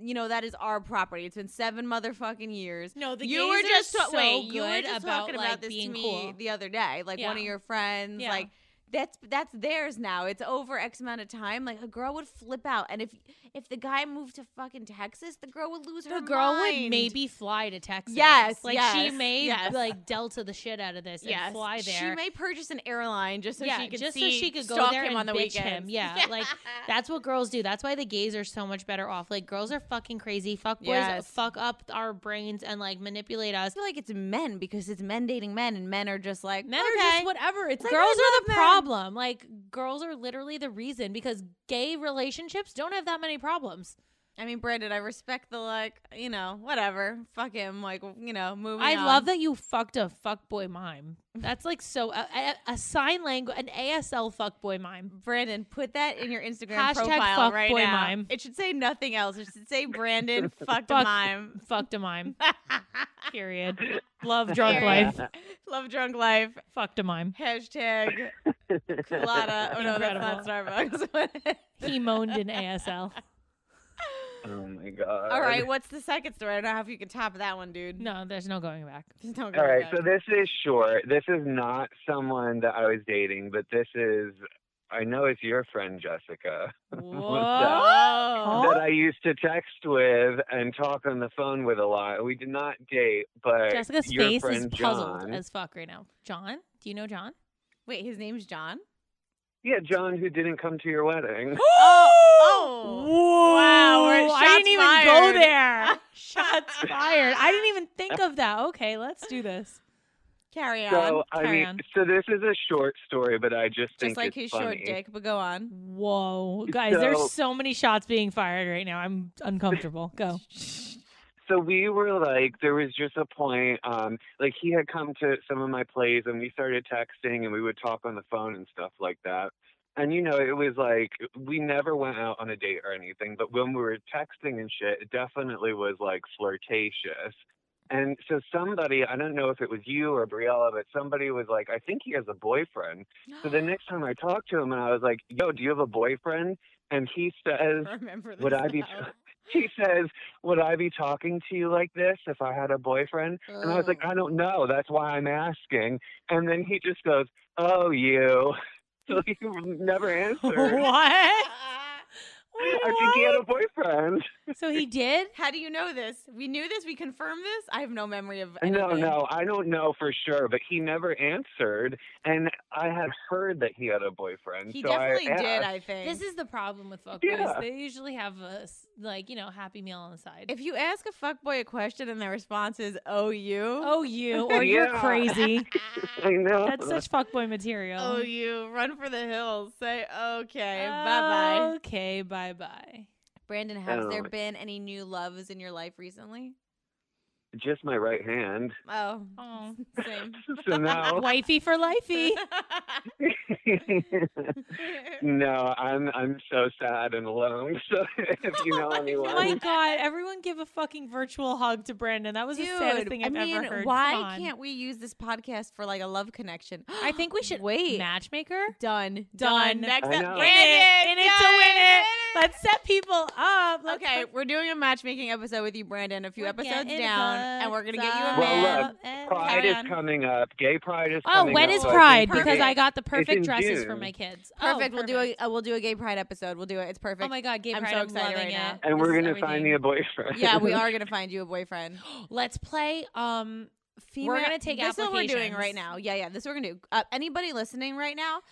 S4: You know that is our property. It's been seven motherfucking years.
S1: No, the
S4: you
S1: gays
S4: were
S1: are
S4: just
S1: so
S4: wait. You were
S1: good
S4: just
S1: about,
S4: talking
S1: like,
S4: about this
S1: being
S4: to me
S1: cool.
S4: the other day. Like one
S1: Yeah.
S4: of your friends,
S1: Yeah.
S4: like that's that's theirs now. It's over X amount of time. Like a girl would flip out, and if if the guy moved to fucking Texas, the girl would lose her.
S1: The girl would
S4: mind.
S1: maybe fly to Texas.
S4: Yes,
S1: like she
S4: yes,
S1: may
S4: yes.
S1: like delta the shit out of this
S4: Yes.
S1: and fly there.
S4: She may purchase an airline just so
S1: yeah,
S4: she could
S1: just
S4: see,
S1: so she could go
S4: stalk
S1: there
S4: him
S1: and
S4: on the
S1: bitch
S4: weekends.
S1: him. Yeah, like that's what girls do. That's why the gays are so much better off. Like girls are fucking crazy. Fuck boys
S4: Yes.
S1: fuck up our brains and like manipulate us.
S4: I feel like it's men because it's men dating men, and men are just like
S1: Men are just
S4: okay.
S1: whatever. It's
S4: Like,
S1: girls
S4: I
S1: are the
S4: love men.
S1: problem. Like girls are literally the reason because gay relationships don't have that many problems.
S4: I mean, Brandon, I respect the like, you know, whatever. Fuck him, like, you know, moving.
S1: I
S4: on.
S1: love that you fucked a fuckboy mime. That's like so a, a, a sign language, an ASL fuckboy mime.
S4: Brandon, put that in your Instagram
S1: Hashtag
S4: profile right
S1: fuckboy
S4: now.
S1: mime.
S4: It should say nothing else. It should say Brandon fucked
S1: Fuck-
S4: a mime.
S1: Fucked a mime. Period. Love drunk life.
S4: Love drunk life.
S1: Fucked a mime.
S4: Hashtag colada. Oh no, that's not Starbucks.
S1: He moaned in ASL.
S3: Oh my god.
S4: All right, what's the second story? I don't know if you can top that one, dude.
S1: No, there's no going back.
S4: There's no
S3: All
S4: going
S3: right,
S4: back.
S3: so this is short. This is not someone that I was dating, but this is I know it's your friend Jessica
S4: Whoa.
S3: that I used to text with and talk on the phone with a lot. We did not date, but
S1: Jessica's
S3: your
S1: face is
S3: friend
S1: puzzled
S3: John.
S1: as fuck right now. John, do you know John?
S4: Wait, his name's John?
S3: Yeah, John who didn't come to your wedding.
S4: Oh, oh. wow. we're-
S1: Ooh, I
S4: shots
S1: didn't even
S4: fired.
S1: go there. Shots fired. I didn't even think of that. Okay, let's do this.
S4: Carry on.
S3: So I
S1: Carry
S3: mean,
S1: on.
S3: so this is a short story, but I just think
S4: Just like
S3: it's
S4: his short
S3: funny.
S4: dick, but go on.
S1: Whoa, guys, there's
S3: So-
S1: so many shots being fired right now. I'm uncomfortable. Go.
S3: so we were like there was just a point um like he had come to some of my plays and we started texting and we would talk on the phone and stuff like that and you know it was like we never went out on a date or anything but when we were texting and shit it definitely was like flirtatious and so somebody i don't know if it was you or briella but somebody was like i think he has a boyfriend so the next time i talked to him and i was like yo do you have a boyfriend and he says
S4: remember this.
S3: would I be?
S4: now.
S3: He says, "Would I be talking to you like this if I had a boyfriend?" And I was
S1: Oh.
S3: like, "I don't know. That's why I'm asking." And then he just goes, "Oh, you." So he never answered.
S1: what?
S3: I think he had a boyfriend.
S1: So he did?
S4: How do you know this? We knew this. We confirmed this. I have no memory of anything.
S3: No, no, I don't know for sure, but he never answered, and I had heard that he had a boyfriend.
S4: He
S3: so
S4: definitely
S3: I
S4: did.
S3: asked.
S4: I think.
S1: This is the problem with fuckboys.
S3: Yeah.
S1: They usually have a s- like you know happy meal on the side.
S4: if you ask a fuckboy a question and their response is "Oh, you,"
S1: oh you or you're
S3: Yeah.
S1: crazy.
S3: I know.
S1: That's such fuckboy material.
S4: oh, you run for the hills. Say okay, bye bye.
S1: Okay, bye bye.
S4: Oh. Brandon, has
S3: Oh.
S4: there been any new loves in your life recently?
S3: just my right hand.
S4: Oh,
S1: Oh.
S4: same.
S3: So now.
S1: Wifey for lifey.
S3: no, I'm I'm so sad and alone. So if you know anyone,
S1: Oh my god, everyone give a fucking virtual hug to Brandon. That was the saddest thing
S4: I
S1: I've
S4: mean,
S1: ever heard. Come
S4: why
S1: on.
S4: can't we use this podcast for like a love connection?
S1: I think we should
S4: Wait.
S1: matchmaker?
S4: Done.
S1: Done.
S4: Next
S3: I
S4: up,
S3: know.
S4: Brandon.
S1: it, in
S3: In
S1: it to win it.
S4: Yes!
S1: Let's set people up. Let's
S4: okay,
S1: fuck-
S4: we're doing a matchmaking episode with you, Brandon, a few
S1: We're
S4: episodes
S1: getting
S4: down, and we're gonna get you a
S1: fucked
S4: man.
S3: Well, look,
S1: up and-
S3: Pride
S4: Carry
S3: is
S4: on.
S3: coming up. Gay Pride is
S1: Oh,
S3: coming
S1: when
S3: up,
S1: is
S3: so I
S1: Pride?
S3: think we
S1: Because
S3: should-
S1: I got the perfect
S3: in
S1: dresses for
S3: June.
S1: my kids. Oh,
S4: Perfect. We'll do a
S1: perfect.
S4: uh, we'll do a gay pride episode. We'll do it. It's perfect.
S1: Oh my god, gay
S4: I'm
S1: pride!
S4: so
S1: I'm
S4: excited
S1: loving
S4: right
S1: it.
S4: now.
S3: and
S1: This
S3: we're
S1: is
S3: gonna find me
S1: everything.
S3: a boyfriend.
S4: yeah, we are gonna find you a boyfriend.
S1: Let's play. Um,
S4: Female-
S1: we're gonna take
S4: this is what we're doing
S1: applications.
S4: right now. Yeah, yeah. This is what we're gonna do. Uh, anybody listening right now,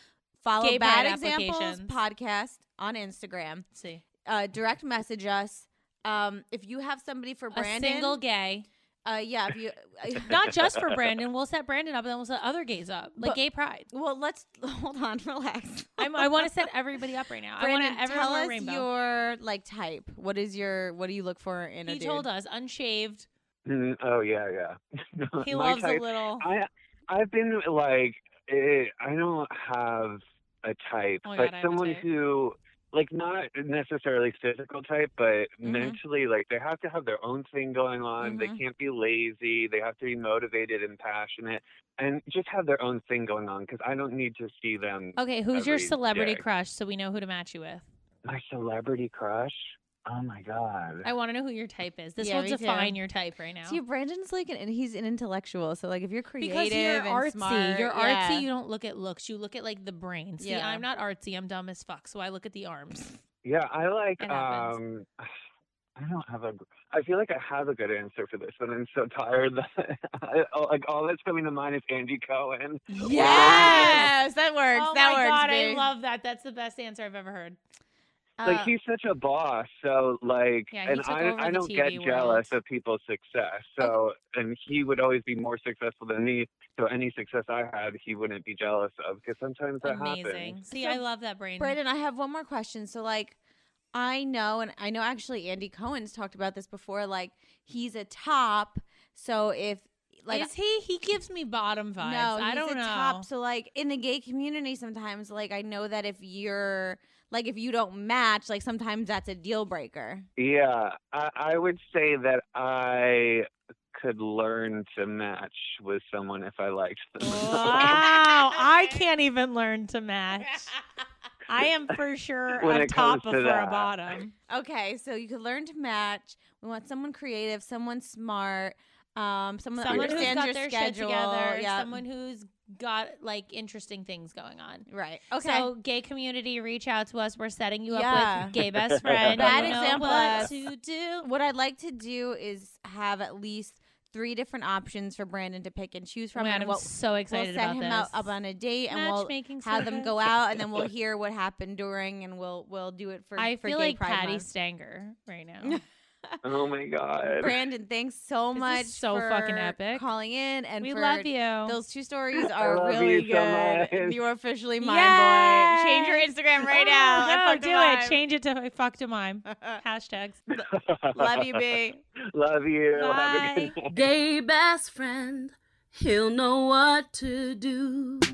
S4: follow
S1: Gay
S4: Bad
S1: Pride
S4: Examples
S1: applications.
S4: podcast on Instagram.
S1: Let's see
S4: Uh, direct message us. Um, if you have somebody for Brandon,
S1: a single gay.
S4: uh, yeah, if you uh,
S1: Not just for Brandon. We'll set Brandon up, and then we'll set other gays up, like
S4: But-
S1: gay pride.
S4: Well, let's hold on, relax.
S1: I'm, I want to set everybody up right now. I
S4: Brandon,
S1: want to
S4: tell
S1: wear a
S4: us
S1: rainbow.
S4: your like type. What is your what do you look for in a
S1: he
S4: dude?
S1: told us unshaved.
S3: Mm, oh yeah, yeah.
S1: He
S3: my
S1: loves
S3: type,
S1: a little.
S3: I I've been like eh, I don't have a type,
S1: Oh my
S3: but
S1: God, I have a
S3: someone
S1: type.
S3: who like not necessarily physical type, but
S1: Mm-hmm.
S4: Mhm.
S3: mentally like they have to have their own thing going on. They
S4: Mhm.
S3: can't be lazy. They have to be motivated and passionate, and just have their own thing going on. Because I don't need to see them.
S1: Okay, who's your
S3: every
S1: celebrity
S3: day.
S1: crush so we know who to match you with?
S3: My celebrity crush. Oh my god.
S10: I want to know who your type is. This
S4: Yeah,
S10: will
S4: me too.
S10: define your type right now.
S4: See, Brandon's like an, and he's an intellectual. So like, if you're creative
S10: because you're
S4: and
S10: artsy,
S4: smart,
S10: you're
S4: yeah.
S10: artsy. You don't look at looks. You look at like the brain. See,
S4: Yeah.
S10: I'm not artsy. I'm dumb as fuck. So I look at the arms.
S3: Yeah, I like.
S10: It
S3: um I don't have a. gr- I feel like I have a good answer for this, but I'm so tired that I, all- like all that's coming to mind is Andy Cohen.
S4: Yes, that works.
S10: oh
S4: that
S10: my
S4: works.
S10: god, I
S4: babe.
S10: love that. That's the best answer I've ever heard.
S3: Like
S10: Uh,
S3: he's such a boss, so like,
S10: Yeah, he
S3: and
S10: took
S3: I
S10: over
S3: I
S10: the
S3: don't
S10: TV
S3: get
S10: world.
S3: jealous of people's success. So and he would always be more successful than me. So any success I had, he wouldn't be jealous of because sometimes that
S10: amazing.
S3: happens.
S10: See,
S4: So,
S10: I love that brain.
S4: Brandon, I have one more question. So like I know and I know actually Andy Cohen's talked about this before like he's a top. So if like
S10: is he? He gives me bottom vibes.
S4: no,
S10: I
S4: he's
S10: don't
S4: a
S10: know.
S4: top. So like in the gay community sometimes like I know that if you're like if you don't match like sometimes that's a deal breaker.
S3: Yeah, I, I would say that I could learn to match with someone if I liked them.
S10: wow, I can't even learn to match. I am for sure
S3: When
S10: a
S3: it comes
S10: top before
S3: to
S10: a
S3: that.
S10: bottom.
S4: Okay, so you could learn to match. We want someone creative, someone smart, um someone, that
S10: Someone who's
S4: understands
S10: got
S4: your
S10: their
S4: schedule.
S10: shit together.
S4: yeah.
S10: Someone who's got like interesting things going on.
S4: right. Okay.
S10: So, gay community, reach out to us. We're setting you up
S4: Yeah.
S10: with gay best friend.
S4: Bad
S10: You know
S4: example
S10: What
S4: us.
S10: to do?
S4: What I'd like to do is have at least three different options for Brandon to pick and choose
S10: Oh
S4: from.
S10: my God,
S4: and
S10: I'm
S4: we'll,
S10: so
S4: we'll
S10: excited
S4: set
S10: about
S4: him
S10: this.
S4: out up on a date, and we'll
S10: Matchmaking's so
S4: have them
S10: good.
S4: go out, and then we'll hear what happened during, and we'll we'll do it for.
S10: I
S4: for
S10: feel
S4: Gay
S10: like
S4: Pride
S10: Patty
S4: Month.
S10: Stanger right now.
S3: oh my god.
S4: Brandon, thanks so
S10: This is
S4: much.
S10: so fucking
S4: for
S10: epic.
S4: Calling in, and
S10: we
S4: for-
S10: love you.
S4: Those two stories
S3: I
S4: are
S3: love
S4: really
S3: you so
S4: good.
S3: much.
S4: You're officially mine boy. Change your Instagram right
S10: Oh,
S4: now. I
S10: No,
S4: fucked
S10: do
S4: a
S10: it.
S4: mime.
S10: Change it to I fucked a mime. Hashtags.
S4: Love you, B.
S3: Love you. Have a
S10: Bye.
S3: good night.
S13: Gay best friend, he'll know what to do.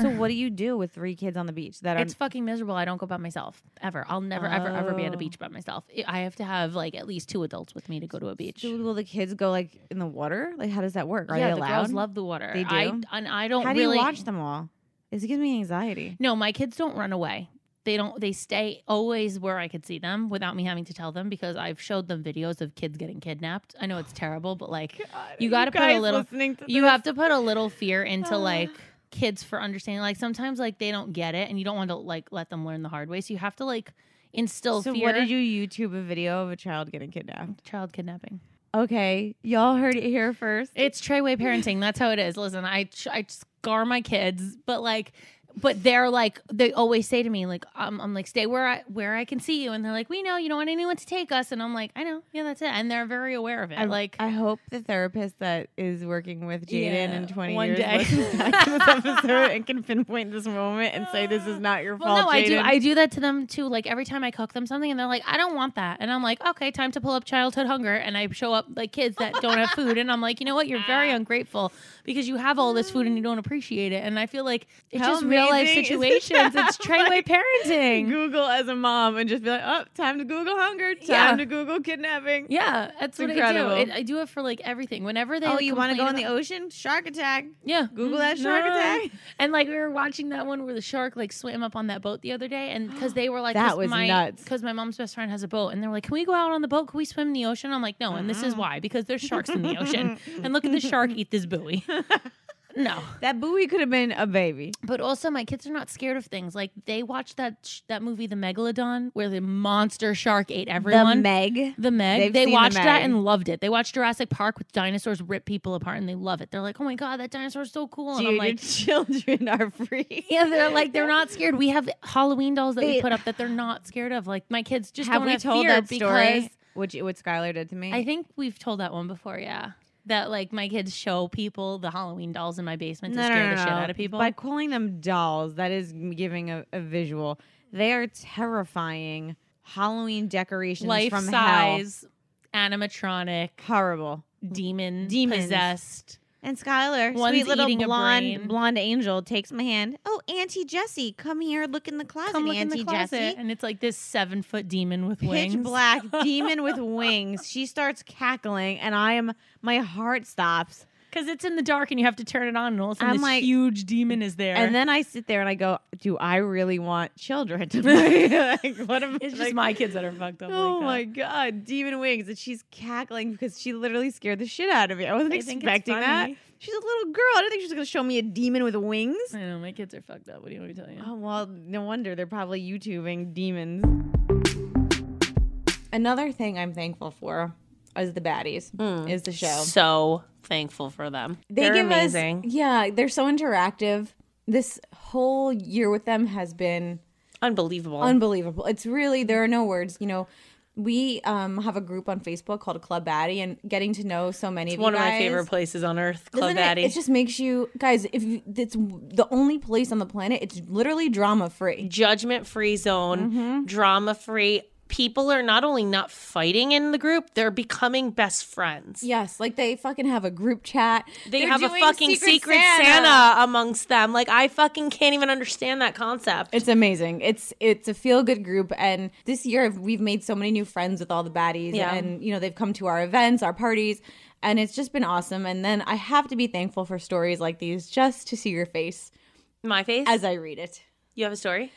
S8: So what do you do with three kids on the beach that are
S1: It's fucking miserable. I don't go by myself ever. I'll never, ever, ever be at
S8: Oh.
S1: a beach by myself. I- I have to have like at least two adults with me to go to a beach.
S8: So will the kids go like in the water? Like how does that work? Are
S1: yeah,
S8: they
S1: the
S8: allowed?
S1: girls love the water.
S8: They
S1: I,
S8: do?
S1: and I don't
S8: how do
S1: really
S8: you watch them all? This gives me anxiety.
S1: No, my kids don't run away. They don't. They stay always where I could see them without me having to tell them because I've showed them videos of kids getting kidnapped. I know it's terrible, but like you got to put a
S8: guys
S1: little.
S8: listening to
S1: You
S8: this?
S1: have to put a little fear into
S8: Ah.
S1: like kids for understanding. Like sometimes like they don't get it, and you don't want to like let them learn the hard way. So you have to like instill
S8: So
S1: fear.
S8: what did you YouTube a video of a child getting kidnapped?
S1: Child kidnapping.
S8: Okay, y'all heard it here first.
S1: It's Treyway parenting. That's how it is. Listen, I I scar my kids, but like, but they're like they always say to me like I'm, I'm like stay where I where I can see you, and they're like we know you don't want anyone to take us, and I'm like I know yeah that's it, and they're very aware of it.
S8: I
S1: like
S8: I hope the therapist that is working with Jaden
S1: Yeah,
S8: in 20
S1: one
S8: years
S1: day.
S8: listens back to this episode and can pinpoint this moment and say this is not your
S1: well
S8: fault.
S1: no I do
S8: Jaden."
S1: I do that to them too. Like every time I cook them something, and they're like I don't want that, and I'm like okay time to pull up childhood hunger, and I show up like kids that don't have food, and I'm like you know what you're very ungrateful because you have all this food and you don't appreciate it, and I feel like it's
S8: How
S1: just real life
S8: amazing is
S1: situations.
S8: that?
S1: It's Treyway
S8: Like,
S1: parenting.
S8: Google as a mom and just be like, oh, time to Google hunger, time
S1: Yeah.
S8: to Google kidnapping.
S1: Yeah, that's what
S8: incredible.
S1: I do. It, I do it for like everything. Whenever they,
S8: Oh,
S1: like,
S8: you want to go
S1: complain
S8: in the
S1: about-
S8: ocean? Shark attack.
S1: Yeah,
S4: Mm,
S8: Google that
S1: Mhm.
S8: shark
S1: No.
S8: attack.
S1: And like we were watching that one where the shark like swam up on that boat the other day, and because they were like,
S8: That
S1: 'cause
S8: was
S1: my,
S8: nuts.
S1: Because my mom's best friend has a boat, and they're like, "Can we go out on the boat? Can we swim in the ocean?" I'm like, "No," and this
S8: Mm-hmm.
S1: is why because there's sharks in the ocean, and look at the shark eat this buoy. No,
S8: That buoy could have been a baby.
S1: but also my kids are not scared of things. Like they watched that sh- that movie, The Megalodon, where the monster shark ate everyone.
S8: The Meg.
S1: The Meg.
S8: They've
S1: they
S8: seen The
S1: watched that
S8: Meg.
S1: and loved it. They watched Jurassic Park with dinosaurs rip people apart and they love it. They're like, oh my God, that dinosaur's so cool. And
S8: Dude,
S1: I'm like,
S8: your children are free.
S1: yeah, they're like, they're not scared. We have Halloween dolls that
S8: They-
S1: we put up that they're not scared of. Like, my kids just
S8: have
S1: don't
S8: we
S1: have
S8: told
S1: fear
S8: that
S1: because
S8: story? Which what Skylar did to me?
S1: I think we've told that one before, yeah. That like my kids show people the Halloween dolls in my basement to scare the shit out of people.
S8: By calling them dolls, that is m- giving a, a visual. They are terrifying Halloween decorations
S1: Life
S8: from
S1: size, animatronic,
S8: hell. Horrible.
S1: demon,
S8: Demons.
S1: possessed.
S8: And Skylar,
S1: One's
S8: sweet little
S1: eating a
S8: blonde
S1: brain.
S8: blonde angel, takes my hand. Oh, Auntie Jessie, come here, look in the closet,
S1: Come look in
S8: Auntie
S1: the closet.
S8: Jessie.
S1: And it's like this seven foot demon with wings.
S8: Pitch black demon with wings. She starts cackling, and I am my heart stops.
S1: because it's in the dark and you have to turn it on, and all of a sudden
S14: I'm
S1: this
S14: like-
S1: huge demon is there.
S14: And then I sit there and I go, "Do I really want children to play? like, what am
S1: it's just
S14: like-
S1: my kids that are fucked up.
S14: Oh
S1: like that.
S4: uh
S14: my god, demon wings! And she's cackling because she literally scared the shit out of me. I wasn't
S1: They think it's
S14: expecting that.
S1: funny.
S14: She's a little girl. I didn't think she was gonna show me a demon with wings.
S1: I know my kids are fucked up. What do you want me to tell you?
S14: Oh well, no wonder they're probably YouTubing demons.
S4: Another thing I'm thankful for is the baddies.
S14: Hmm.
S4: Is the show.
S3: So thankful for them.
S4: they
S3: They're
S4: give
S3: amazing.
S4: us yeah they're so interactive this whole year with them has been
S3: Unbelievable.
S4: unbelievable it's really there are no words you know we um, have a group on facebook called club baddie and getting to know so many
S3: it's
S4: of
S3: one
S4: you
S3: of my
S4: guys-
S3: favorite places on earth, Club
S4: Isn't
S3: Daddy.
S4: it, it just makes you guys if you, it's the only place on the planet it's literally Mm-hmm. drama free
S3: judgment free zone, drama free. People are not only not fighting in the group, they're becoming best friends.
S4: yes like they fucking have a group chat
S3: They
S4: They're
S3: have a
S4: doing
S3: fucking secret, Santa. amongst them. Like I fucking can't even understand that concept.
S4: It's amazing. It's it's a feel good group, and this year we've made so many new friends with all the baddies,
S3: Yeah.
S4: and you know they've come to our events, our parties, and it's just been awesome. And then I have to be thankful for stories like these, just to see your face
S3: My face.
S4: as I read it.
S3: you have a story.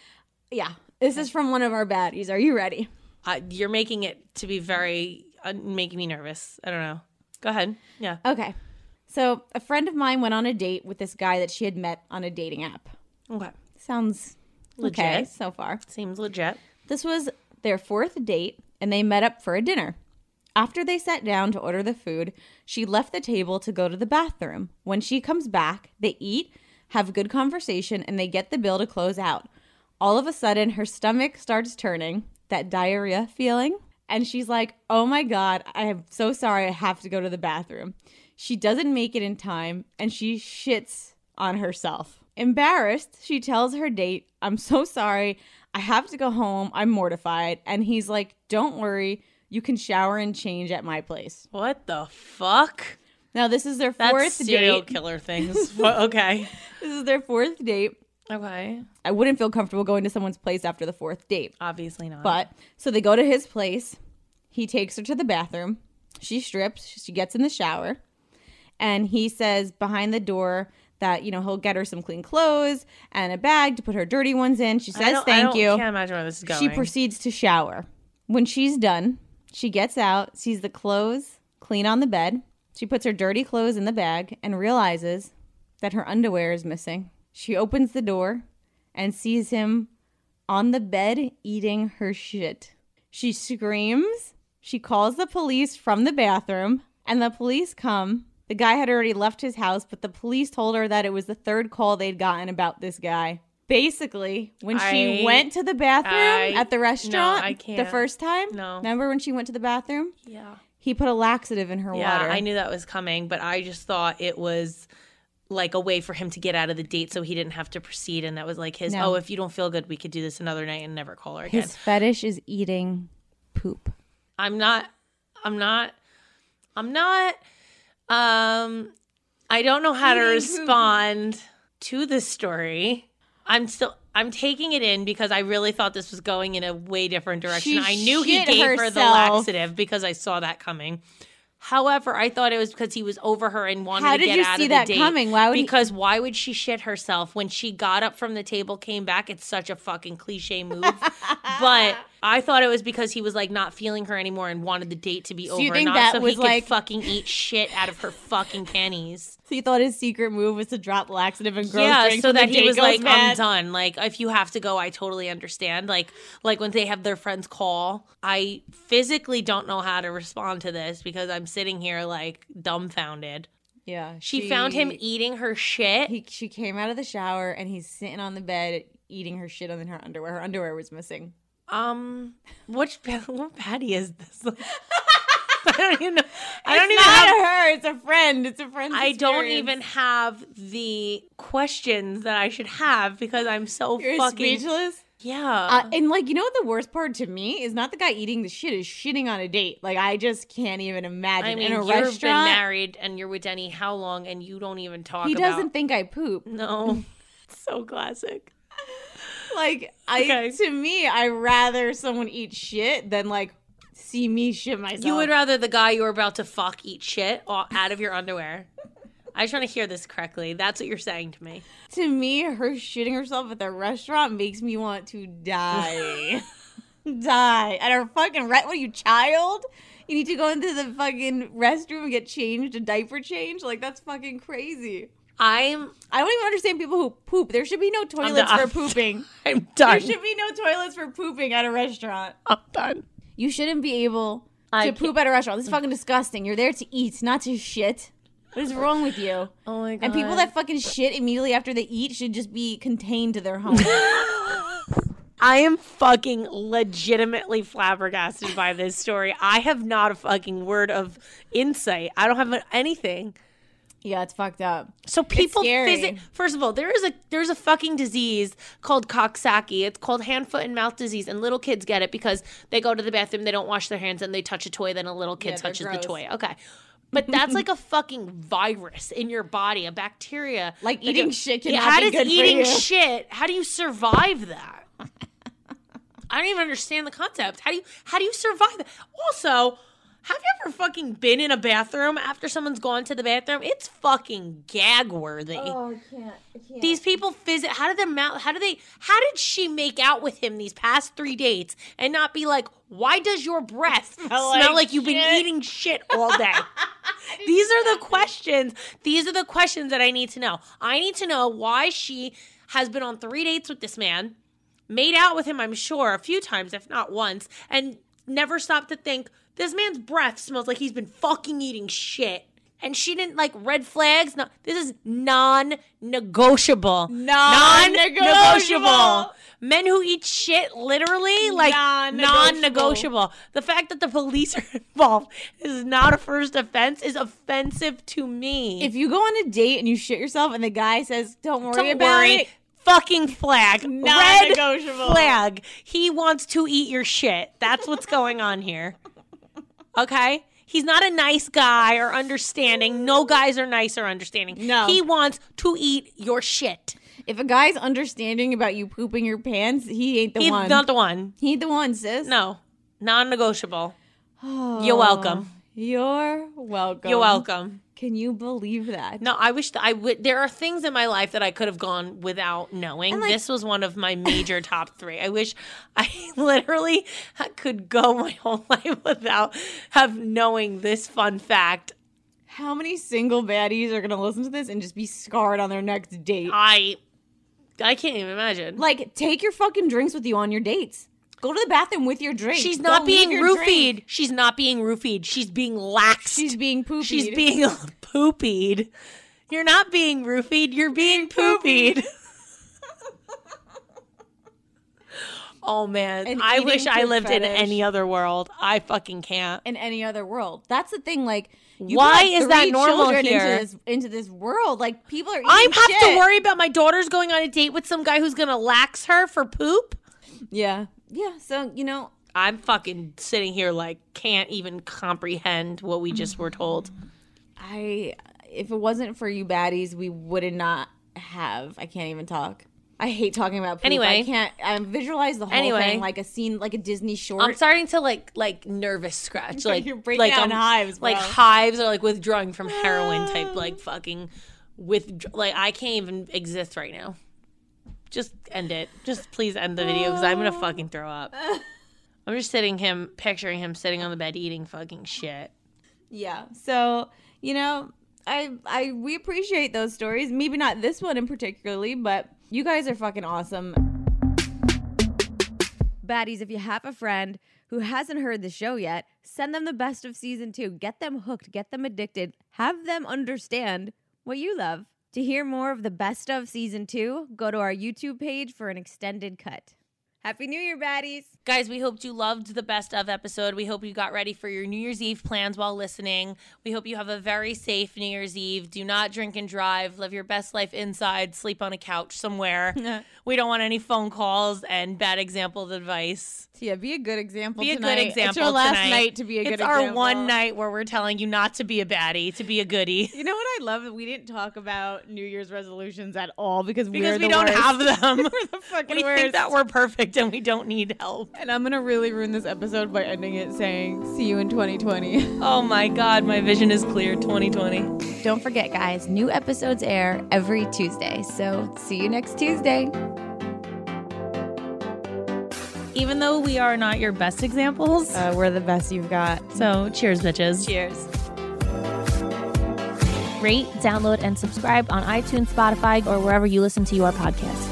S4: Yeah, this is from one of our baddies. Are you ready?
S3: Uh, you're making it to be very uh, making me nervous. I don't know. Go ahead. Yeah.
S4: Okay, so a friend of mine went on a date with this guy that she had met on a dating app.
S3: Okay.
S4: Sounds okay
S3: Legit.
S4: so far.
S3: Seems legit.
S4: This was their fourth date, and they met up for a dinner. After they sat down to order the food, she left the table to go to the bathroom. When she comes back, they eat, have good conversation, and they get the bill to close out. All of a sudden, her stomach starts turning, that diarrhea feeling, and she's like, Oh my God, I am so sorry, I have to go to the bathroom. She doesn't make it in time, and she shits on herself. Embarrassed, she tells her date, I'm so sorry. I have to go home. I'm mortified. And he's like, Don't worry. You can shower and change at my place.
S3: What the fuck?
S4: Now, this is their
S3: That's
S4: fourth
S3: serial
S4: date.
S3: killer things. Wha- okay.
S4: This is their fourth date.
S3: Okay.
S4: I wouldn't feel comfortable going to someone's place after the fourth date.
S3: Obviously not.
S4: But so they go to his place. He takes her to the bathroom. She strips. She gets in the shower. And he says behind the door that, you know, he'll get her some clean clothes and a bag to put her dirty ones in. She
S3: I
S4: says,
S3: don't- I
S4: Thank
S3: don't-
S4: you.
S3: Can't imagine where this is going.
S4: She proceeds to shower. When she's done, she gets out, sees the clothes clean on the bed. She puts her dirty clothes in the bag and realizes that her underwear is missing. She opens the door and sees him on the bed eating her shit. She screams. She calls the police from the bathroom, and the police come. The guy had already left his house, but the police told her that it was the third call they'd gotten about this guy. Basically, when she
S3: I-
S4: went to the bathroom
S3: I-
S4: at the restaurant
S3: I
S4: the
S3: can't.
S4: first time,
S3: No.
S4: remember when she went to the bathroom?
S3: yeah.
S4: He put a laxative in her
S3: Yeah,
S4: water.
S3: I knew that was coming, but I just thought it was like a way for him to get out of the date so he didn't have to proceed. And that was like his,
S4: No.
S3: oh, if you don't feel good, we could do this another night and never call her again.
S4: His fetish is eating poop.
S3: I'm not, I'm not, I'm not, um, I don't know how to respond to this story. I'm still, I'm taking it in because I really thought this was going in a way different direction.
S4: She
S3: I knew he
S4: shit
S3: gave her the
S4: herself.
S3: laxative because I saw that coming. However, I thought it was because he was over her and wanted
S4: How
S3: to
S4: did
S3: get
S4: you
S3: out
S4: see
S3: of
S4: that
S3: the date.
S4: coming? Why would e- he-
S3: because why would she shit herself when she got up from the table, came back? It's such a fucking cliche move. but I thought it was because he was like not feeling her anymore and wanted the date to be
S4: So
S3: over.
S4: you think
S3: not
S4: that
S3: so
S4: was,
S3: he
S4: like-
S3: could fucking eat shit out of her fucking panties.
S4: So you thought his secret move was to drop laxative and gross
S3: yeah,
S4: drinks
S3: so
S4: when the
S3: that he
S4: date
S3: was
S4: goes
S3: like,
S4: bad?
S3: I'm done. Like, if you have to go, I totally understand. Like, like when they have their friends call, I physically don't know how to respond to this because I'm sitting here like dumbfounded.
S4: Yeah,
S3: She, found him eating her shit.
S4: He, she came out of the shower and he's sitting on the bed eating her shit in her underwear. Her underwear was missing.
S3: um, which what patty is this? I don't even. Know. I don't
S4: it's
S3: even.
S4: not
S3: Have,
S4: her. It's a friend. It's a friend.
S3: I don't even have the questions that I should have because I'm so
S4: You're
S3: fucking
S4: speechless.
S3: yeah.
S4: Uh, and like you know, what the worst part to me is not the guy eating the shit is shitting on a date. Like I just can't even imagine
S3: I mean,
S4: in a
S3: you've
S4: restaurant.
S3: been married and you're with Denny how long, and you don't even talk.
S4: he doesn't
S3: About,
S4: think I poop.
S3: no, so classic.
S4: Like I
S3: Okay.
S4: to me, I rather someone eat shit than like see me shit myself.
S3: You would rather the guy you were about to fuck eat shit o- out of your underwear. I was trying to hear this correctly. That's what you're saying to me.
S4: To me, her shooting herself at the restaurant makes me want to die. die. At her fucking rent, what are you, child? You need to go into the fucking restroom and get changed, a diaper change? Like, that's fucking crazy.
S3: I'm.
S4: I don't even understand people who poop. There should be no toilets
S3: done.
S4: for pooping.
S3: I'm
S4: There
S3: done.
S4: should be no toilets for pooping at a restaurant.
S3: I'm done.
S4: You shouldn't be able
S3: I
S4: to poop at a restaurant. This is fucking disgusting. You're there to eat, not to shit. What is wrong with you?
S3: Oh my
S4: And people that fucking shit immediately after they eat should just be contained to their home.
S3: I am fucking legitimately flabbergasted by this story. I have not a fucking word of insight. I don't have anything.
S4: yeah, it's fucked up.
S3: So people
S4: scary.
S3: visit. First of all, there is a there's a fucking disease called Coxsackie. It's called hand, foot, and mouth disease, and little kids get it because they go to the bathroom, they don't wash their hands, and they touch a toy. Then a little kid
S4: Yeah, they're
S3: touches the
S4: gross.
S3: toy. Okay, but that's like a fucking virus in your body, a bacteria.
S4: Like
S3: a-
S4: eating shit
S3: Yeah,
S4: cannot
S3: how
S4: be
S3: does
S4: good for
S3: eating
S4: you.
S3: shit? How do you survive that? I don't even understand the concept. How do you how do you survive that? Also, have you ever fucking been in a bathroom after someone's gone to the bathroom? It's fucking gag worthy.
S4: Oh, I can't. I can't.
S3: These people visit. How did their mouth? How do they? How did she make out with him these past three dates and not be like, "Why does your breath smell,
S4: like
S3: like, you've been eating shit all day?" these are the questions. These are the questions that I need to know. I need to know why she has been on three dates with this man, made out with him. I'm sure a few times, if not once, and never stopped to think this man's breath smells like he's been fucking eating shit. And she didn't like red flags. No, this is non-negotiable.
S4: Non-negotiable.
S3: Non-negotiable. Men who eat shit, literally, like
S4: Non-negotiable.
S3: non-negotiable. The fact that the police are involved is not a first offense. Is offensive to me.
S4: If you go on a date and you shit yourself and the guy says, "Don't worry
S3: Don't
S4: about
S3: worry.
S4: it,"
S3: Fucking flag. Red
S4: Non-negotiable.
S3: flag. He wants to eat your shit. That's what's going on here. Okay? He's not a nice guy or understanding. No guys are nice or understanding.
S4: No.
S3: He wants to eat your shit.
S4: if a guy's understanding about you pooping your pants, he ain't the
S3: He's
S4: one.
S3: not the one.
S4: he ain't the one, sis.
S3: No. Non negotiable. You're welcome.
S4: Oh, You're welcome.
S3: You're welcome.
S4: Can you believe that?
S3: No, I wish that I would. There are things in my life that I could have gone without knowing.
S4: And, like-
S3: this was one of my major top three. I wish I literally could go my whole life without have knowing this fun fact.
S4: How many single baddies are gonna listen to this and just be scarred on their next date?
S3: I I can't even imagine.
S4: Like, take your fucking drinks with you on your dates. Go to the bathroom with your drink.
S3: She's
S4: Don't
S3: not
S4: leave
S3: being
S4: your
S3: roofied.
S4: drink.
S3: She's not being roofied. She's being laxed.
S4: She's being poopied.
S3: She's being poopied. You're not being roofied. You're being poopied. oh man,
S4: And
S3: I
S4: eating
S3: wish I
S4: poop
S3: lived in
S4: fetish.
S3: any other world. I fucking can't.
S4: in any other world. That's the thing. Like, you
S3: Why
S4: brought
S3: is that
S4: three
S3: normal
S4: children
S3: here?
S4: Into this, into this world, like people are. Eating
S3: I have to
S4: shit.
S3: worry about my daughter's going on a date with some guy who's gonna lax her for poop.
S4: Yeah, yeah. So you know,
S3: I'm fucking sitting here like can't even comprehend what we just were told.
S4: I if it wasn't for you baddies, we would not have. I can't even talk. I hate talking about poop.
S3: Anyway.
S4: I can't. I visualize the whole
S3: Anyway.
S4: thing like a scene, like a Disney short.
S3: I'm starting to like like nervous scratch like
S4: You're breaking
S3: like
S4: out in
S3: I'm-
S4: hives,
S3: like
S4: bro.
S3: hives or like withdrawing from heroin type like fucking with like I can't even exist right now. Just end it. Just please end the video because I'm gonna fucking throw up. I'm just sitting him picturing him sitting on the bed eating fucking shit.
S4: Yeah. So you know, I I we appreciate those stories. Maybe not this one in particularly, but you guys are fucking awesome. Baddies, if you have a friend who hasn't heard the show yet, send them the best of season two. Get them hooked, get them addicted, have them understand what you love. To hear more of the best of season two, go to our YouTube page for an extended cut. Happy New Year, baddies!
S3: Guys, we hoped you loved the best of episode. We hope you got ready for your New Year's Eve plans while listening. We hope you have a very safe New Year's Eve. Do not drink and drive. Live your best life inside. Sleep on a couch somewhere. we don't want any phone calls and bad examples of advice.
S4: So yeah, be a good example.
S3: Be a
S4: tonight.
S3: good example.
S4: It's your last
S3: tonight.
S4: night to be a good
S3: It's
S4: example.
S3: our one night where we're telling you not to be a baddie, to be a goodie.
S8: You know what I love that we didn't talk about New Year's resolutions at all because,
S3: Because we
S8: we're the
S3: don't
S8: worst.
S3: have them.
S8: the fucking
S3: we think
S8: worst.
S3: that we're perfect and we don't need help.
S8: and I'm gonna really ruin this episode by ending it saying, "See you in 2020."
S3: Oh my God, my vision is clear. 2020.
S4: Don't forget, guys, new episodes air every Tuesday. So see you next Tuesday.
S15: Even though we are not your best examples,
S8: uh, we're the best you've got.
S15: So cheers, bitches.
S4: Cheers.
S1: Rate, download, and subscribe on iTunes, Spotify, or wherever you listen to your podcast.